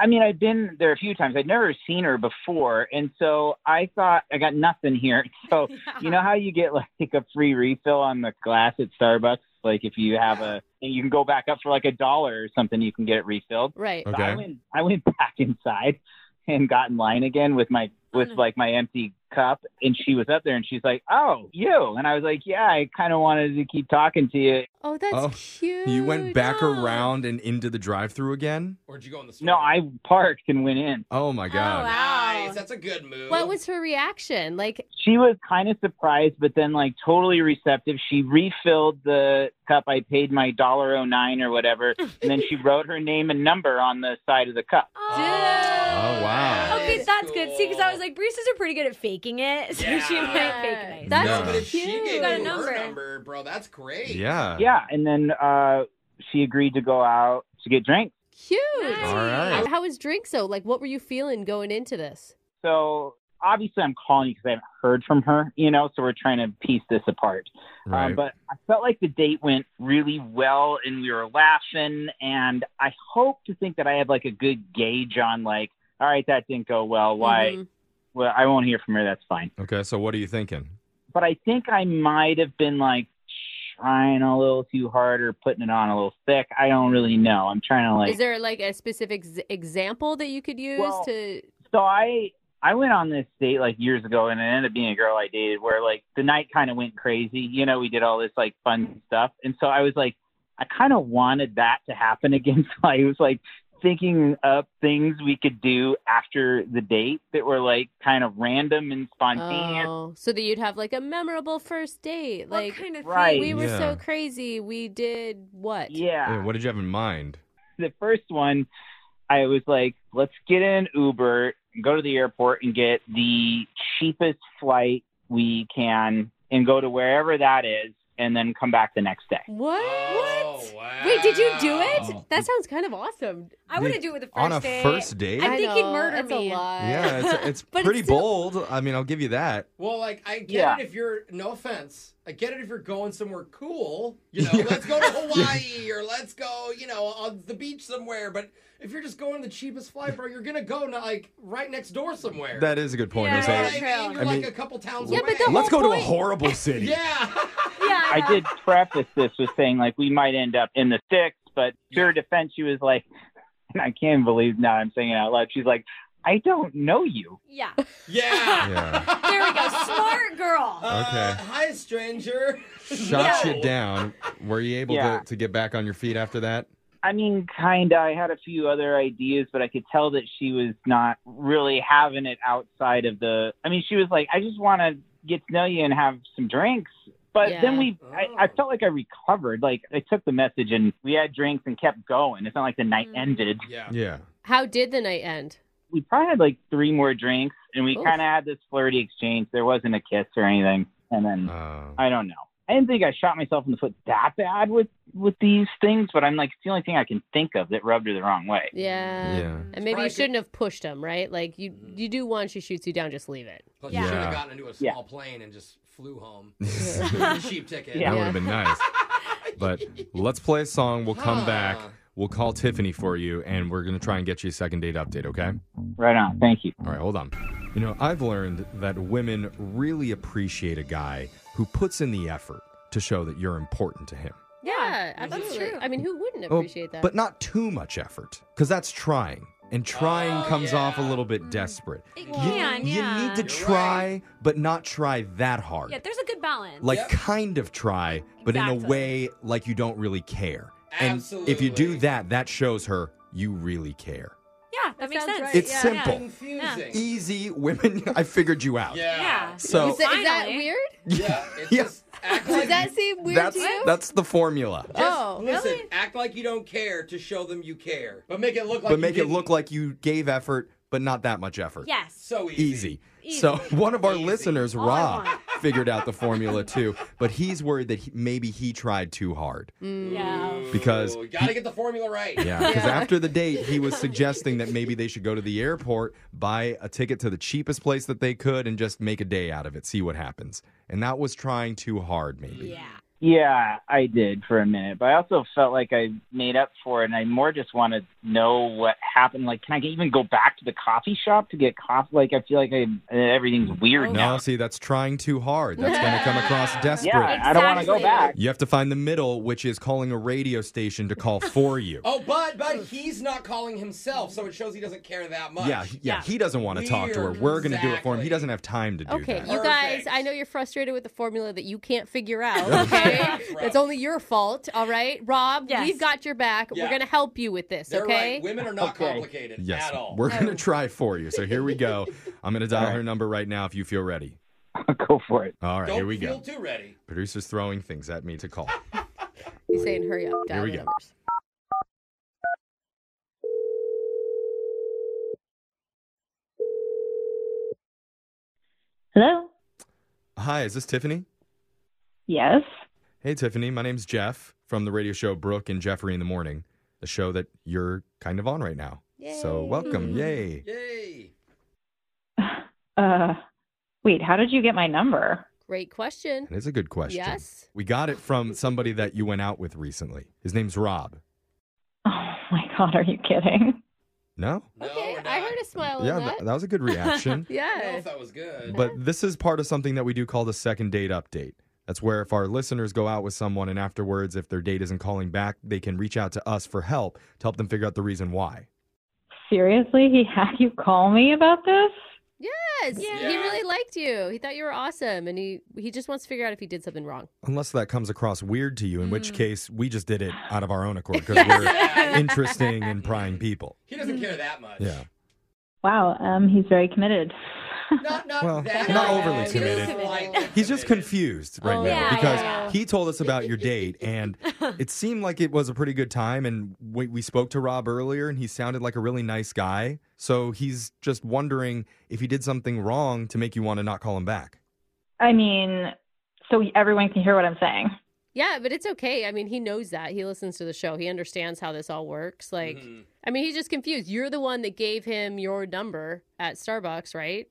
I mean, I'd been there a few times. I'd never seen her before, and so I thought I got nothing here. *laughs* So you know how you get like a free refill on the glass at Starbucks, like if you have a, and you can go back up for like a dollar or something, you can get it refilled. Right. So I Okay. went, I went *laughs* back inside and got in line again with my with no. Mm. like my empty cup, and she was up there, and she's like, "Oh, you," and I was like, "Yeah, I kind of wanted to keep talking to you." Oh, that's Oh, cute. You went back Dude. around and into the drive-through again. Or did you go in the store? No, I parked and went in. Oh my god! Oh, wow. Nice. That's a good move. What was her reaction? Like, she was kind of surprised, but then like totally receptive. She refilled the cup. I paid my dollar oh nine or whatever, and then she wrote her name and number on the side of the cup. Oh, wow. Okay, That's that's good. See, because I was cool. like, baristas are pretty good at faking it, *laughs* so she Yeah. might fake it. That's No. No, but if she cute. gave You you got a her number. number. bro, that's great. Yeah. Yeah, and then uh, she agreed to go out to get drinks. cute. All right. How was drinks though? Like, what were you feeling going into this? So obviously, I'm calling you because I haven't heard from her, you know. So we're trying to piece this apart. Right. Um, but I felt like the date went really well, and we were laughing. And I hope to think that I had like a good gauge on like, all right, that didn't go well. Why? Mhm. Well, I won't hear from her. That's fine. okay. So what are you thinking? But I think I might have been like trying a little too hard or putting it on a little thick. I don't really know. I'm trying to like. Is there like a specific z- example that you could use Well, to? so I I went on this date like years ago, and it ended up being a girl I dated where like the night kind of went crazy. You know, we did all this like fun stuff, and so I was like, I kind of wanted that to happen *laughs* again. So I was like thinking up things we could do after the date that were like kind of random and spontaneous. Oh, so that you'd have like a memorable first date. What Like, kind of Right. thing? we were Yeah. so crazy. We did what? Yeah. Yeah, what did you have in mind? the first one, I was like, let's get in an Uber, go to the airport, and get the cheapest flight we can, and go to wherever that is, and then come back the next day. What? Oh, wow. Wait, did you do it? That sounds kind of awesome. I wouldn't do it with the first on a date. first date? I think he'd know, murder that's me. A lot. yeah, *laughs* it's, *laughs* it's But it's pretty still- bold. I mean, I'll give you that. Well, like I get Yeah. it if you're no offense, I get it if you're going somewhere cool. You know, let's go to Hawaii or let's go, you know, on the beach somewhere. But if you're just going the cheapest flight, bro, you're gonna go to, like right next door somewhere. That is a good point, Yeah, You know Jose. what I mean? True. You're I like mean- a couple towns Yeah, away. but the Let's go to a point- horrible city. yeah. *laughs* Yeah. I *laughs* did preface this with saying, like, we might end up in the six, but to her defense, she was like, *laughs* and I can't believe now I'm saying it out loud. She's like, I don't know you. Yeah. yeah. *laughs* Yeah. *laughs* There we go. Smart girl. Uh, *laughs* Okay. Hi, stranger. Shot No. you down. Were you able Yeah. to, to get back on your feet after that? I mean, kind of. I had a few other ideas, but I could tell that she was not really having it outside of the. I mean, she was like, I just want to get to know you and have some drinks. But Yeah. then we, I, I Oh. felt like I recovered. Like, I took the message and we had drinks and kept going. It's not like the night Mm. ended. Yeah. Yeah. How did the night end? We probably had like three more drinks and we Oof. kind of had this flirty exchange. There wasn't a kiss or anything. And then, Uh, I don't know. I didn't think I shot myself in the foot that bad with with these things, but I'm like, it's the only thing I can think of that rubbed her the wrong way. Yeah. yeah. And maybe you Right. shouldn't have pushed him, right? Like you, you do once she shoots you down, just leave it. Mm-hmm. Plus, Yeah. you should have gotten into a Yeah. small plane and just flew *laughs* home. that Cheap ticket. Yeah. would have *laughs* been nice. *laughs* But let's play a song. We'll come back. Huh. We'll call Tiffany for you, and we're going to try and get you a second date update, okay? Right on. Thank you. All right, hold on. You know, I've learned that women really appreciate a guy who puts in the effort to show that you're important to him. Yeah, That's absolutely. true. I mean, who wouldn't Oh, appreciate that? But not too much effort, because that's trying. and trying comes off a little bit desperate. It You- can, you, yeah. need to You're try, but not try that hard. Yeah, there's a good balance. like kind of try, but in a Exactly. way like you don't really care. And if you do Absolutely. that, that shows her you really care. yeah, that, makes sounds sense. right, It's yeah. simple. Confusing. Easy women, *laughs* I figured you out. Yeah. Yeah. So- Is, that, is that Finally. weird? Yeah. It's *laughs* Yeah. just act Does like that seem weird that's to you? that's the formula. Just Oh, listen, really? act like you don't care to show them you care, but make it look like but you make it didn't. look like you gave effort, but not that much effort. Yes. so easy. Easy. So *laughs* one of our listeners, All I Rob, want. figured out the formula too, but he's worried that he, maybe he tried too hard Yeah. because Ooh, gotta get the formula right. Yeah, because after the date, he was suggesting that maybe they should go to the airport, buy a ticket to the cheapest place that they could, and just make a day out of it, see what happens. And that was trying too hard, maybe. Yeah. Yeah, I did for a minute, but I also felt like I made up for it, and I more just want to know what happened. Like, can I even go back to the coffee shop to get coffee? Like, I feel like I, everything's Oh, weird No, now. see, that's trying too hard. That's going to come across desperate. Yeah, I don't want to go Exactly. back. You have to find the middle, which is calling a radio station to call for you. Oh, but but he's not calling himself, so it shows he doesn't care that *laughs* much. yeah, he- yeah, Yeah. he doesn't want to talk to her. Weird. We're going to do it for him. Exactly. He doesn't have time to do Okay, that. you guys, I know you're frustrated with the formula that you *laughs* can't figure out. Okay, that's only your fault. All right, Rob, Yes. we've got your back. Yeah. We're gonna help you with this. They're okay. right. Women are not Okay. complicated Yes, at all. we're going to try for you. So here we go. I'm going to dial her number right now if you feel ready. go for it. All right, Don't here we feel go. too ready. Producer's throwing things at me to call. He's saying, "Hurry up." Dial Here we the go. numbers. Hello? Hi, is this Tiffany? Yes. Hey, Tiffany. My name's Jeff from the radio show Brooke and Jeffrey in the Morning, the show that you're kind of on right now. So welcome. Yay. Yay. Uh, wait, how did you get my number? *laughs* Great question. That is a good question. Yes. We got it from somebody that you went out with recently. His name's Rob. Oh my God, are you kidding? No? No, okay, we're not. I heard a smile yeah, on that. th- that was *laughs* a good reaction. I don't know yeah. if that was good. But this is part of something that we do call the second date update. That's where if our listeners go out with someone and afterwards, if their date isn't calling back, they can reach out to us for help to help them figure out the reason why. Seriously, he had you call me about this? Yes, Yeah. he really liked you. He thought you were awesome, and he he just wants to figure out if he did something wrong. Unless that comes across weird to you, in which case we just did it out of our own accord because we're interesting and prying people. he doesn't care that much. Yeah. Wow, um, he's very committed. *laughs* Not not Well, that not bad. overly Too committed. slightly He's just committed. confused right Oh, now yeah, because yeah. he told us about your date and it seemed like it was a pretty good time. And we, we spoke to Rob earlier and he sounded like a really nice guy. So he's just wondering if he did something wrong to make you want to not call him back. I mean, so everyone can hear what I'm saying. Yeah, but it's okay. I mean, he knows that. He listens to the show. He understands how this all works. Like, Mhm. I mean, he's just confused. You're the one that gave him your number at Starbucks, right?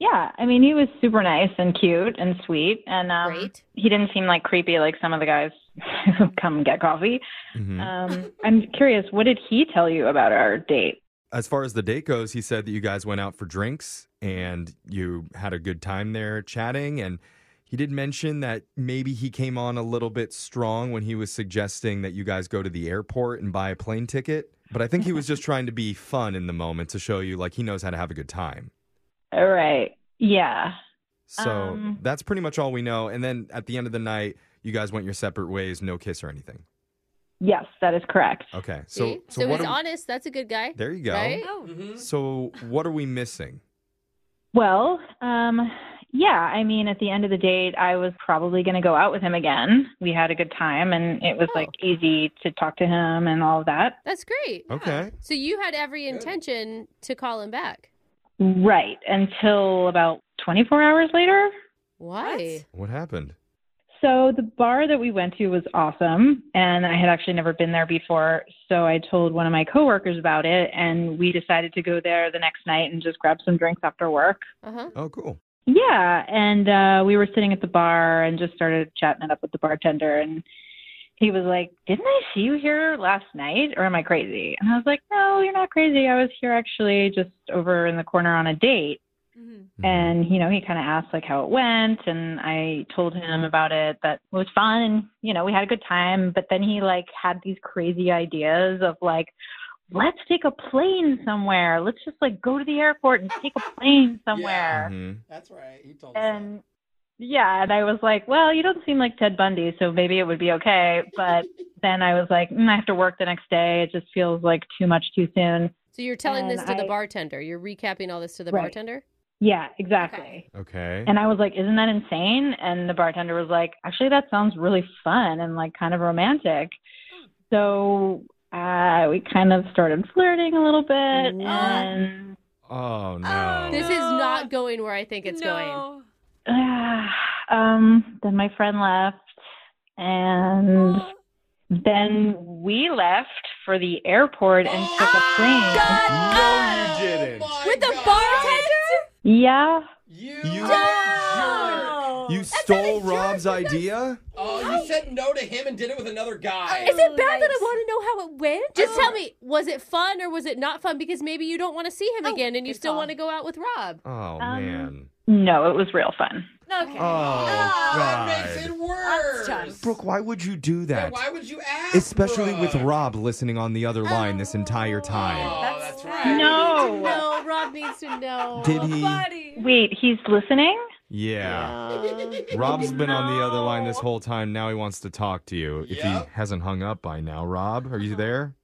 Yeah, I mean, he was super nice and cute and sweet, and um, Great. he didn't seem like creepy like some of the guys *laughs* who come get coffee. Mhm. Um, I'm curious, what did he tell you about our date? as far as the date goes, he said that you guys went out for drinks and you had a good time there chatting. And he did mention that maybe he came on a little bit strong when he was suggesting that you guys go to the airport and buy a plane ticket. But I think he was just trying to be fun in the moment to show you, like, he knows how to have a good time. All right. Yeah. So Um. that's pretty much all we know. And then at the end of the night, you guys went your separate ways, no kiss or anything. Yes, that is correct. Okay. So, See? so, what? he's are we- honest. That's a good guy. there you go. Right? Oh. Mhm. So what are we missing? Well, um, yeah, I mean, at the end of the date, I was probably going to go out with him again. We had a good time, and it was Oh. like easy to talk to him and all of that. That's great. Okay. So you had every intention to call him back. Right, until about 24 hours later. Why? What happened? So the bar that we went to was awesome, and I had actually never been there before. So I told one of my coworkers about it, and we decided to go there the next night and just grab some drinks after work. Uh huh. Oh, cool. Yeah, and uh we were sitting at the bar and just started chatting it up with the bartender and he was like, "Didn't I see you here last night or am I crazy?" And I was like, "No, you're not crazy. I was here actually just over in the corner on a date." Mhm. And you know, he kind of asked like how it went and I told him about it that it was fun and you know, we had a good time, but then he like had these crazy ideas of like let's take a plane somewhere. Let's just like go to the airport and take a plane somewhere. Mm-hmm. Mm-hmm. That's right. You told And yeah, and I was like, well, you don't seem like Ted Bundy, so maybe it would be okay. But then I was like, mm, I have to work the next day. It just feels like too much too soon. So you're telling this to And the I- bartender. You're recapping all this to the Right. bartender. Yeah, exactly. Okay. And I was like, isn't that insane? And the bartender was like, actually, that sounds really fun and like kind of romantic. So uh, we kind of started flirting a little bit. And Oh no. This is not going where I think it's going. uh, um, then my friend left. And then we left for the airport and took a plane. No, Oh you didn't. With the bartender? Yeah. You, you stole Rob's idea? Oh, you said no to him and did it with another guy. Is it bad that I want to know how it went? Just tell me, was it fun or was it not fun? Because maybe you don't want to see him again and you still want to go out with Rob. Oh man. Um, No, it was real fun. Oh, God. Worse. Brooke, why would you do that? Why would you ask? Especially with Rob listening on the other line this entire time. Oh, That's I right. need to No. know. Rob needs to know. Oh, Did he? *laughs* *laughs* Wait, he's listening? *laughs* Yeah. Rob's been on the other line this whole time. Now he wants to talk to you. If he hasn't hung up by now, Rob, are you there?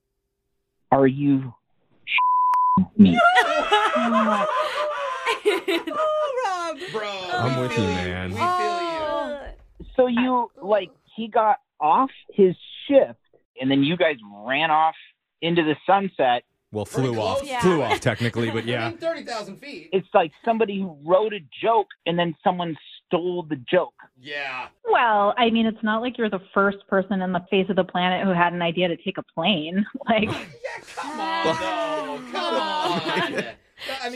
Are you oh, Rob. Bro, I'm with you, man. Oh. So you like he got off his shift and then you guys ran off into the sunset. Well, flew off. close. Oh, Yeah. Flew off *laughs* technically, but I yeah. mean, 30,000 feet. It's like somebody who wrote a joke and then someone stole the joke. Yeah. Well, I mean, it's not like you're the first person on the face of the planet who had an idea to take a plane. *laughs* *laughs* Like, Come on. no, Come *laughs* on. I mean,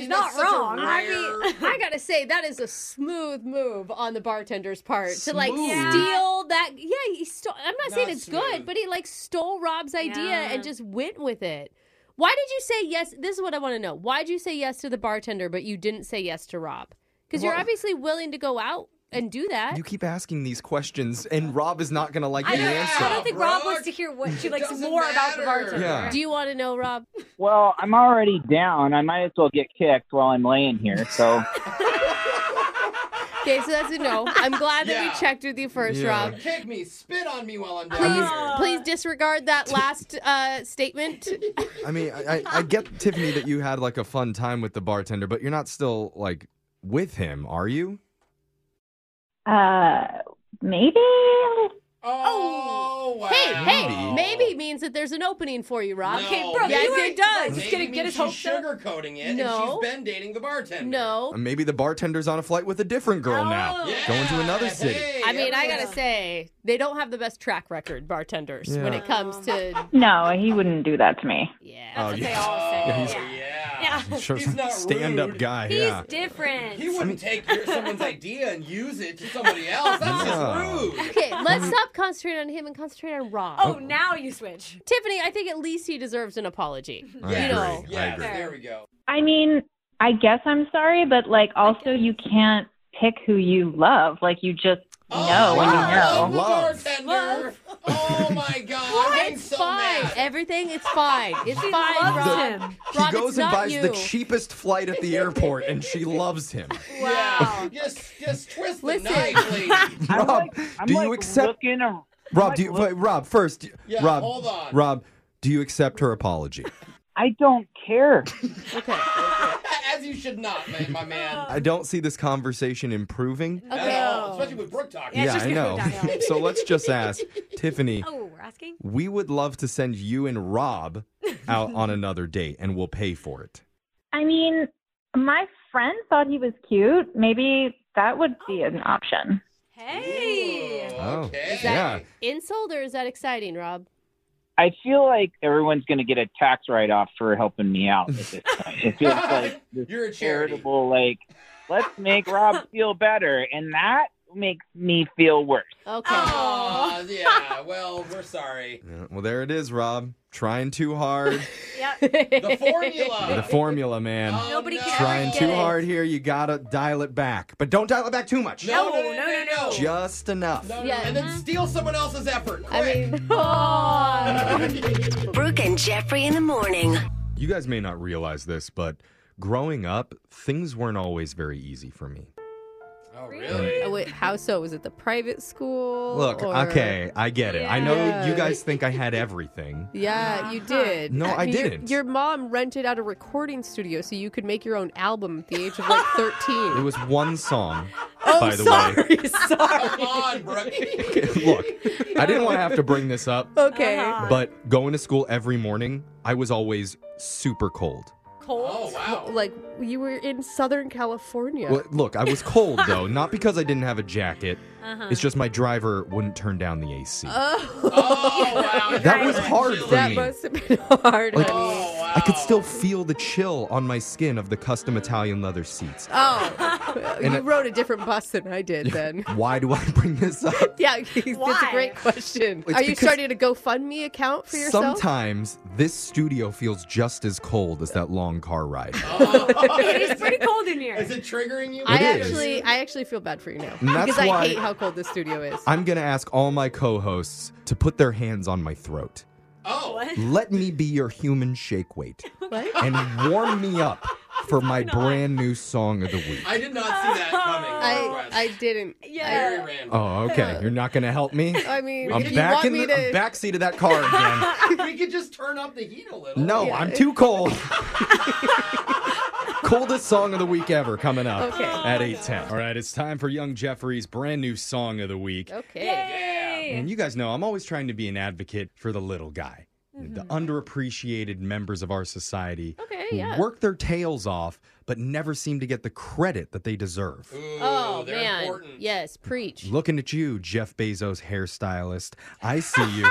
She's that's not such a wrong. I *laughs* rare- I gotta say that is a smooth move on the bartender's part to like Smooth. Yeah. steal that. Yeah, he stole. I'm not, saying Not it's smooth. good, but he like stole Rob's idea Yeah. and just went with it. Why did you say yes? This is what I want to know. Why did you say yes to the bartender, but you didn't say yes to Rob? Because you're Well- obviously willing to go out and do that. You keep asking these questions, and Rob is not going to like the answer. I don't think Rob wants Brooke, to hear what she likes doesn't more about the matter. bartender. Yeah. do you want to know, Rob? Well, I'm already down. I might as well get kicked while I'm laying here. So Okay, so that's a no. I'm glad that Yeah. we checked with you first, Yeah. Rob. Kick me. Spit on me while I'm down Please, here. please *laughs* disregard that last uh, statement. I mean, I, I, I get Tiffany that you had like a fun time with the bartender, but you're not still like with him, are you? uh, maybe? Oh, wow. Hey, hey, maybe means that there's an opening for you, Rob. No. Okay, bro, Yes, you it are does. done. Maybe Just gonna get means his she's hopes up. sugarcoating it, No. and she's been dating the bartender. No. Uh, Maybe the bartender's on a flight with a different girl now, Oh. Yeah. going to another city. Hey, I mean, I everyone- gotta say, they don't have the best track record, bartenders, when Yeah. it comes *laughs* to No, he wouldn't do that to me. yeah. Oh, They all say. Yeah, he's- Oh, yeah. Yeah. Sure, He's not stand up rude. guy. He's yeah. different. He wouldn't *laughs* take your, someone's idea and use it to somebody else. That's No. just rude. *laughs* Okay, let's stop concentrating on him and concentrate on Rob. oh, now you switch. Tiffany, I think at least he deserves an *laughs* apology. I you agree. know, I Yeah, agree. there we go. I mean, I guess I'm sorry, but like, also, you can't pick who you love. Like, you just know when you Oh, know. Love. the bartender. Oh my *laughs* god, I'm it's so fine. mad. Everything, it's fine. It's She fine, loves Rob. him. He Rob, goes it's and not buys you. the cheapest flight *laughs* at the airport, and she loves him. Oh. Yeah, just just twist Listen. the *laughs* knife, lady. I'm Rob, like, *laughs* I'm do like you accept- looking ar- Rob, like, do you, look- wait, Rob first? do- Yeah, Rob, hold on. Rob, do you accept her apology? I don't care. Okay. *laughs* As you should not, man, my man. *laughs* I don't see this conversation improving. At all, especially with Brooke talking. yeah, just I gonna go know. downhill. *laughs* so let's just ask Tiffany. Oh, we're asking. we would love to send you and Rob out *laughs* on another date and we'll pay for it. I mean, my friend thought he was cute. Maybe that would be an option. Hey. Okay. Oh, yeah. Insult or is that exciting, Rob? I feel like everyone's going to get a tax write off for helping me out at this point. It *laughs* feels like this You're a charity. charitable, like, let's make Rob feel better. And that makes me feel worse. Okay. Aw, yeah, well, we're sorry. *laughs* Yeah, Well, there it is, Rob. trying *laughs* too hard. the formula. the formula, man. Oh, Nobody can ever Trying get too it. hard here. You gotta dial it back, but don't dial it back too much. No, no, no, no, no, no. Just enough. No, no, And then steal someone else's effort. I *laughs* mean, Brooke and Jeffrey *laughs* in the morning. You guys may not realize this, but growing up, things weren't always very easy for me. Oh, really? wait, how so? Was it the private school? Look, or- okay, I get it. I know Yeah. you guys think I had everything. Yeah, you did. No, I mean, your- didn't. Your mom rented out a recording studio so you could make your own album at the age of like 13. It was one song, Oh, *laughs* by the sorry, *laughs* way. sorry. Come on, Brooke. *laughs* Look, I didn't want to have to bring this up, Okay. but going to school every morning, I was always super cold. Cold? Oh, wow. Like, you were in Southern California. Well, look, I was *laughs* cold though, not because I didn't have a jacket. Uh-huh. It's just my driver wouldn't turn down the AC. Oh, *laughs* wow. That was hard for that me. must have been *laughs* hard, Like- honey. Oh, I could still feel the chill on my skin of the custom Italian leather seats. Oh, And you it- rode a different bus than *laughs* I did then. Why do I bring *laughs* this up? Yeah, it's a great question. It's Are you because- starting a GoFundMe account for yourself? Sometimes this studio feels just as cold as that long car ride. Oh. it *laughs* is pretty cold in here. Is it triggering you? I It is. actually, I actually feel bad for you now And that's because I why- hate how cold this studio is. I'm going to ask all my co hosts to put their hands on my throat. Oh. Let me be your human shake weight What? and warm me up for my brand new song of the week. I did not see that coming. I, I didn't. Very random. Oh, okay. You're not going to help me? I mean, I'm if you back want in me the to, I'm backseat of that car *laughs* *laughs* again. we could just turn up the heat a little. No, Yeah. I'm too *laughs* cold. Coldest song of the week ever coming up Okay. at 8:10. All right, it's time for Young Jeffrey's brand new song of the week. okay. And you guys know I'm always trying to be an advocate for the little guy. The underappreciated members of our society Mm-hmm. Okay, who yeah. work their tails off but never seem to get the credit that they deserve. Ooh, Oh they're man, important. yes, preach. Looking at you, Jeff Bezos hairstylist. I see *laughs* you.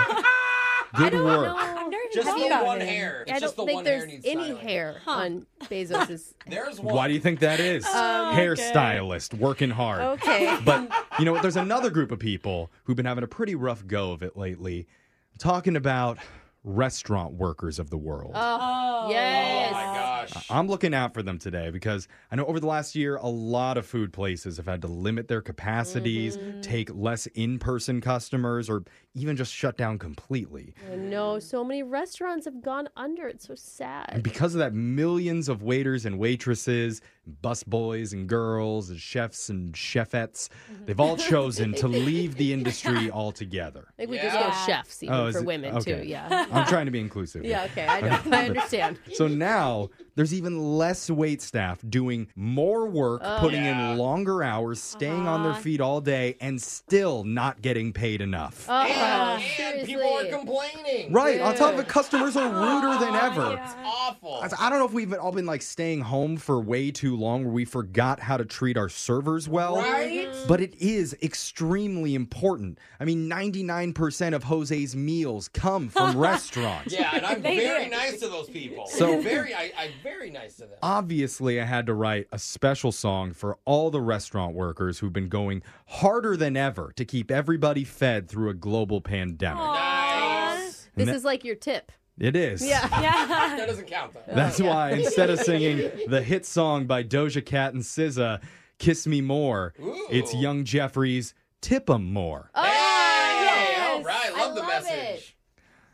Good work. I'm nervous. Just about the it. one hair. It's I just don't the think one there's hair needs any styling. hair on Bezos's. *laughs* There's one. Why do you think that is? Um, hairstylist working hard. Oh, okay. But you know what? There's another group of people who've been having a pretty rough go of it lately. I'm talking about restaurant workers of the world. Oh, yes. Oh my gosh. I'm looking out for them today because I know over the last year, a lot of food places have had to limit their capacities, take less in person customers, or even just shut down completely. I know so many restaurants have gone under. It's so sad. And because of that, millions of waiters and waitresses, busboys and girls, and chefs and chefettes, they've all chosen to leave the industry altogether. I think we just go Yeah. chefs even Oh, is for it- women okay. too. Yeah. *laughs* I'm trying to be inclusive. here. Yeah. Okay. I know. I understand. *laughs* So now there's even less wait staff doing more work, Oh, putting in longer hours, staying on Uh-huh. their feet all day, and still not getting paid enough. Oh, Uh-huh. and, and seriously. people are complaining. right. On top of it, customers are ruder *laughs* Oh, than ever. Awful. I- I don't know if we've all been like staying home for way too long where we forgot how to treat our servers well. Right? But it is extremely important. I mean, 99% of Jose's meals come *laughs* from restaurants. *laughs* Yeah, and I'm They very did. nice to those people. So- very, I, I'm very nice to them. Obviously, I had to write a special song for all the restaurant workers who've been going harder than ever to keep everybody fed through a global pandemic. nice. *laughs* This is like your tip. It is. *laughs* Yeah. Oh, Yeah. That *laughs* doesn't count though. That's why instead of singing the hit song by Doja Cat and SZA, "Kiss Me More," it's Ooh. Young Jeffrey's "Tip 'Em More." Oh, Hey, yes. all right, I love the love message.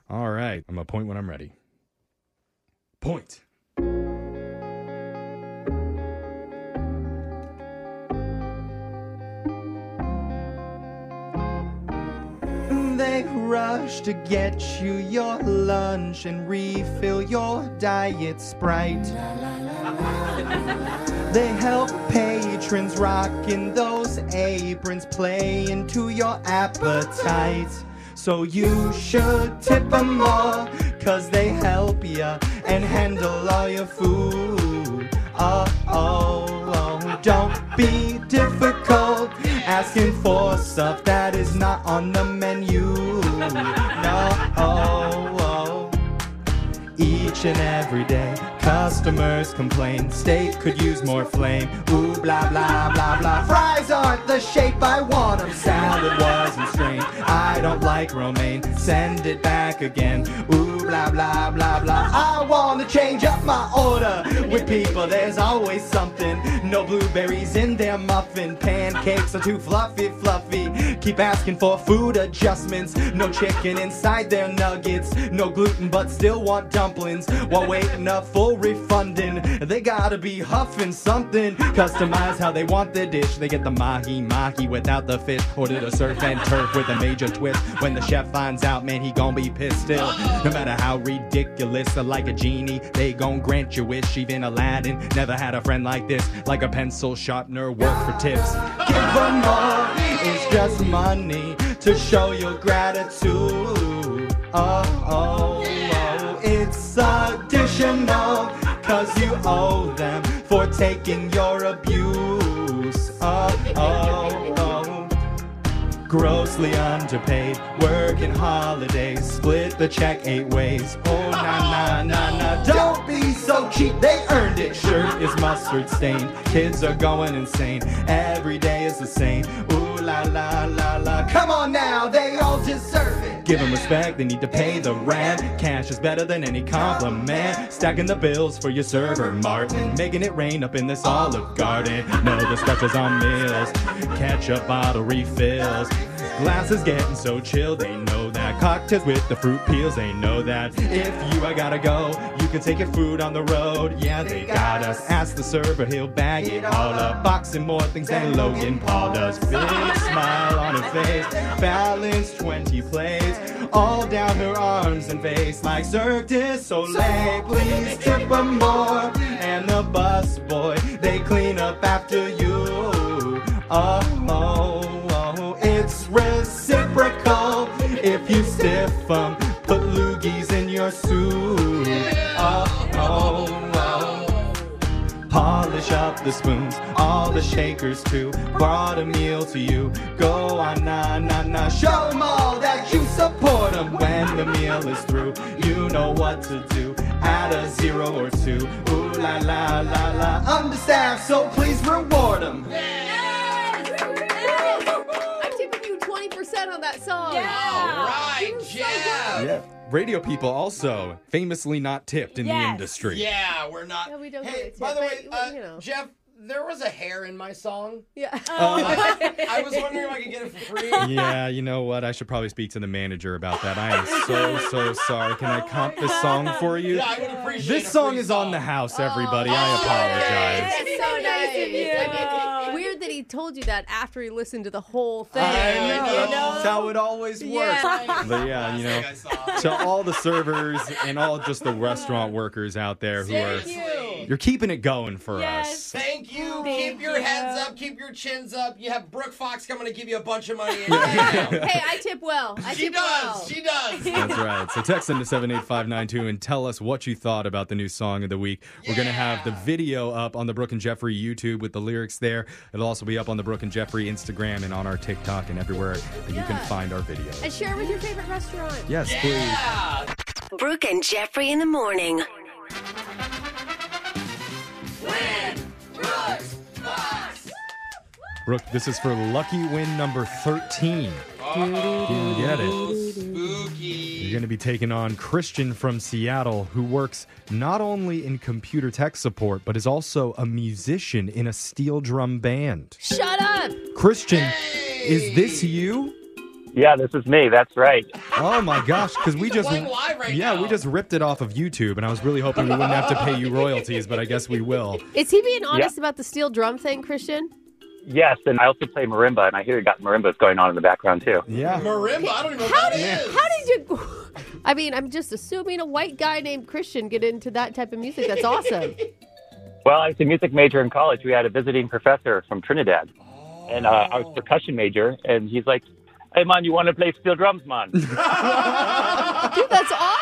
All right, I'm gonna point when I'm ready. Point. They rush to get you your lunch and refill your diet sprite. They help patrons rocking those aprons play into your appetite. So you should tip them more, cause they help you and handle all your food. Oh, oh, oh, don't be difficult asking for stuff that is not on the menu. No, oh, oh. Each and every day, customers complain. Steak could use more flame. Ooh, blah, blah, blah, blah. Fries aren't the shape I want 'em. Salad wasn't strained. I don't like like romaine. Send it back again. Ooh, blah, blah, blah, blah. I wanna change up my order. With people, there's always something. No blueberries in their muffin. Pancakes are too fluffy, fluffy. Keep asking for food adjustments. No chicken inside their nuggets. No gluten, but still want dumplings. While waiting up for refunding, they gotta be huffing something. Customize how they want their dish. They get the mahi mahi without the fish. Order the surf and turf with a major twist. When the chef finds out, man, he gon' be pissed still. No matter how ridiculous or like a genie, they gon' grant your wish. Even Aladdin never had a friend like this. Like a pencil sharpener, work for tips. Give them more. It's just money to show your gratitude. Oh, oh, oh. It's additional, cause you owe them for taking your abuse. Oh, oh, oh. Grossly underpaid, working holidays, split the check eight ways. Oh, na, na, na, na. Don't be so cheap, they earned it. Shirt is mustard stained, kids are going insane. Every day is the same. Ooh, la, la, la, la. Come on now, they all deserve it. Give them respect, they need to pay the rent. Cash is better than any compliment. Stacking the bills for your server, Martin. Making it rain up in this Olive Garden. No, the specials on meals. Ketchup bottle refills. Glasses getting so chill, they know that. Cocktails with the fruit peels, they know that. If you, I gotta go, you can take your food on the road. Yeah, they got us. Ask the server, he'll bag it all up. Boxing more things than Logan Paul does. Big smile on her face, balance 20 plays, all down her arms and face. Like Cirque du Soleil, please tip 'em more. And the bus boy, they clean up after you. Oh, oh, oh, it's reciprocal. If you stiff 'em, put loogies in your soup. Oh, oh, oh. Polish up the spoons, all the shakers too. Brought a meal to you. Go on, na, na, na. Show 'em all that you support 'em when the meal is through. You know what to do. Add a zero or two. Ooh, la, la, la, la. Understaffed, so please reward 'em. I'm tipping you 20% on that song. All right, Jeff. Yeah. Radio people also famously not tipped in the industry. Yeah, we're not. we don't hey, get it, by the but, way, uh, Jeff, there was a hair in my song. Uh, Yeah. Oh, I, I was wondering if I could get it for free. *laughs* yeah, you know what? I should probably speak to the manager about that. I am so so sorry. Can I comp this song for you? Yeah, I would appreciate This a song is on the house, everybody. Oh, I apologize. That's so nice. I mean, weird that he told you that after he listened to the whole thing. You know? That's how it always works. Yeah. But yeah, you know, to all the servers and all just the restaurant workers out there who are, Seriously. you're keeping it going for us. Thank you. keep your heads up. Keep your chins up. You have Brooke Fox coming to give you a bunch of *laughs* money. Hey, I tip well. I she tip does. well. She *laughs* does. That's right. So text into 78592 and tell us what you thought about the new song of the week. We're going to have the video up on the Brooke and Jeffrey YouTube with the lyrics there. It'll also be up on the Brooke and Jeffrey Instagram and on our TikTok and everywhere that you can find our videos. And share with your favorite restaurant. Yes, Brooke and Jeffrey in the morning. Brooke, this is for lucky win number 13. You get it. You're going to be taking on Christian from Seattle, who works not only in computer tech support, but is also a musician in a steel drum band. Shut up. Christian, is this you? Yeah, this is me. That's right. Oh my gosh, because we just playing live right yeah we just ripped it off of YouTube, and I was really hoping we wouldn't have to pay you royalties, but I guess we will. Is he being honest Yeah. about the steel drum thing, Christian? Yes, and I also play marimba, and I hear you got marimbas going on in the background too. Yeah. Marimba. I don't even know How what that did, is. how did you? *laughs* I mean, I'm just assuming a white guy named Christian get into that type of music. That's awesome. Well, I was a music major in college. We had a visiting professor from Trinidad, and uh, I was a percussion major, and he's like, "Hey, man, you want to play steel drums, man?" Dude, *laughs* that's awesome.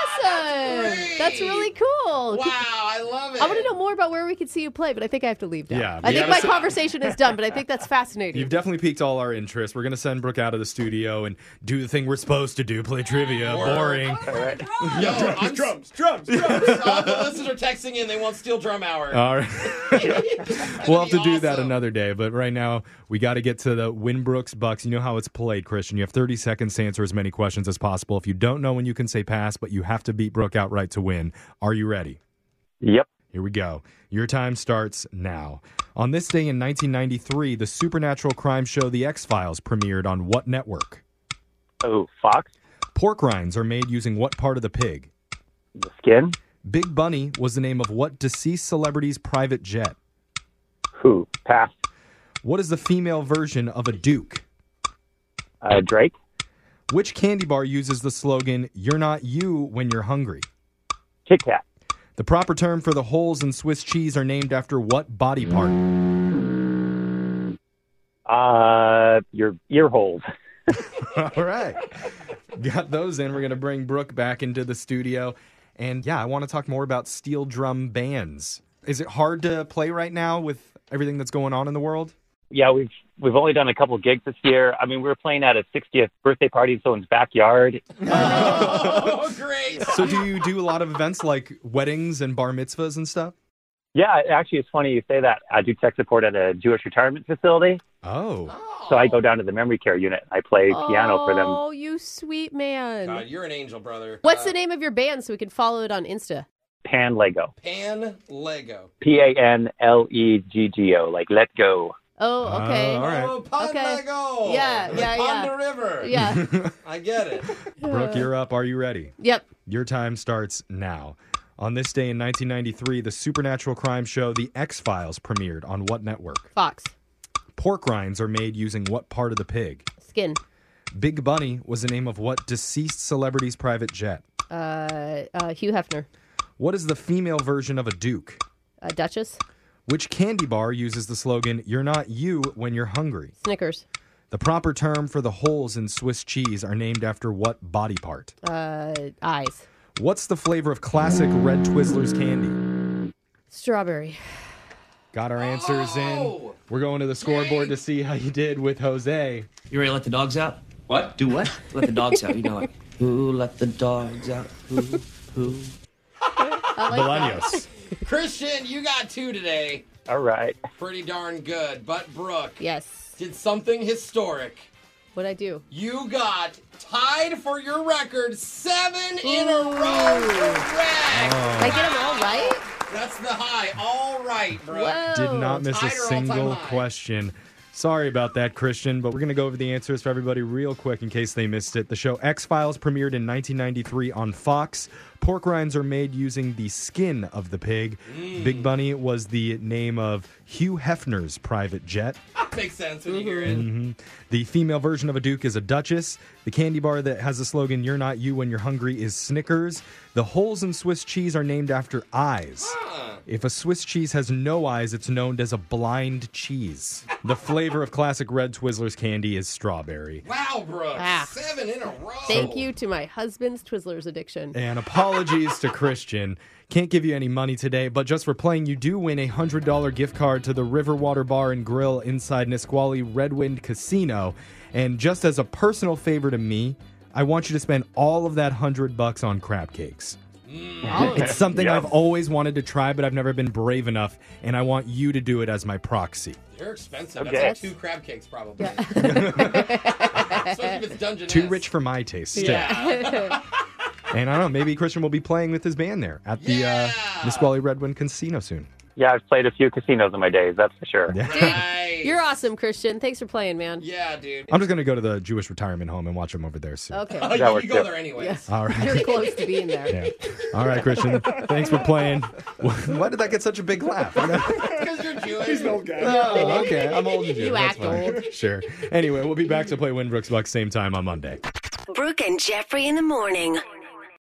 That's really cool. Wow, I love it. I want to know more about where we could see you play, but I think I have to leave now. Yeah, I we think gotta my sit- conversation is done, but I think that's fascinating. You've definitely piqued all our interest. We're gonna send Brooke out of the studio and do the thing we're supposed to do: play trivia. Boring. *laughs* Yo, I'm drums, drums, drums. all the listeners are texting in. They want Steel Drum Hour. *laughs* All right. We'll have to do that another day, but right now we got to get to the Winbrooks Bucks. You know how it's played, Christian. You have 30 seconds to answer as many questions as possible. If you don't know when you can say pass, but you have to beat Brooke outright to win. Are you ready? Yep. Here we go. Your time starts now. On this day in 1993, the supernatural crime show The X Files premiered on what network? Oh, Fox. Pork rinds are made using what part of the pig? The skin. Big Bunny was the name of what deceased celebrity's private jet? Who? Pass. What is the female version of a Duke? Uh, Drake. Which candy bar uses the slogan, You're not you when you're hungry? Kit Kat. The proper term for the holes in Swiss cheese are named after what body part? *laughs* Uh, your ear holes. All right. Got those in. We're going to bring Brooke back into the studio. And yeah, I want to talk more about steel drum bands. Is it hard to play right now with everything that's going on in the world? Yeah, we've we've only done a couple gigs this year. I mean, we were playing at a 60th birthday party in someone's backyard. *laughs* Oh, great. So, do you do a lot of events like weddings and bar mitzvahs and stuff? Yeah, actually, it's funny you say that. I do tech support at a Jewish retirement facility. Oh. So I go down to the memory care unit. I play piano for them. Oh, you sweet man. God, you're an angel, brother. Uh, What's the name of your band so we can follow it on Insta? Pan Lego. Pan Lego. P A N L E G G O, like let go. Oh, okay. all right. Oh, Pan Okay. Lego. Yeah, yeah, On yeah. the river. Yeah. *laughs* I get it. Brooke, you're up. Are you ready? Yep. Your time starts now. On this day in 1993, the supernatural crime show The X Files premiered on what network? Fox. Pork rinds are made using what part of the pig? Skin. Big Bunny was the name of what deceased celebrity's private jet? Uh, uh, Hugh Hefner. What is the female version of a Duke? Uh, Duchess. Which candy bar uses the slogan, You're not you when you're hungry? Snickers. The proper term for the holes in Swiss cheese are named after what body part? Uh, eyes. What's the flavor of classic red Twizzlers candy? Strawberry. Got our answers Oh! in. We're going to the scoreboard to see how you did with Jose. You ready to let the dogs out? What? Do what? Let the dogs out. You know, like, *laughs* who let the dogs out? Who? Who? Bolaños. Christian, you got two today. All right. Pretty darn good. But Brooke Yes. did something historic. What'd I do? You got tied for your record seven in a row. Correct. Did I Oh, get them all right? That's the high. All right, bro. Did not miss a Tied or all-time single high? question. Sorry about that, Christian, but we're going to go over the answers for everybody real quick in case they missed it. The show X Files premiered in 1993 on Fox. Pork rinds are made using the skin of the pig. Mm. Big Bunny was the name of Hugh Hefner's private jet. Makes sense when you hear Mm-hmm. it. Mhm. The female version of a Duke is a Duchess. The candy bar that has the slogan, You're Not You When You're Hungry, is Snickers. The holes in Swiss cheese are named after eyes. If a Swiss cheese has no eyes, it's known as a blind cheese. The flavor of classic red Twizzlers candy is strawberry. Wow, Brooke. Ah. Seven in a row. Thank you to my husband's Twizzlers addiction. And apologies to Christian. Can't give you any money today, but just for playing, you do win a $100 gift card to the Riverwater Bar and Grill inside Nisqually Redwind Casino. And just as a personal favor to me, I want you to spend all of that 100 bucks on crab cakes. It's something I've always wanted to try, but I've never been brave enough, and I want you to do it as my proxy. They're expensive. Okay. That's like two crab cakes, probably. *laughs* Especially if it's dungeon. Too rich for my taste, still. And I don't know, maybe Christian will be playing with his band there at the uh, Nisqually Redwind Casino soon. Yeah, I've played a few casinos in my days, that's for sure. Right. You're awesome, Christian. Thanks for playing, man. Yeah, dude. I'm just going to go to the Jewish retirement home and watch them over there soon. Okay. *laughs* Oh, That you, works you go too. there anyways. All right. You're close *laughs* to being there. Yeah. All right, Christian. Thanks for playing. *laughs* Why did that get such a big laugh? Because you're Jewish. He's old guy. oh, okay. I'm old and You That's act fine. Sure. Anyway, we'll be back to play Winbrook's Bucks same time on Monday. Brooke and Jeffrey in the morning.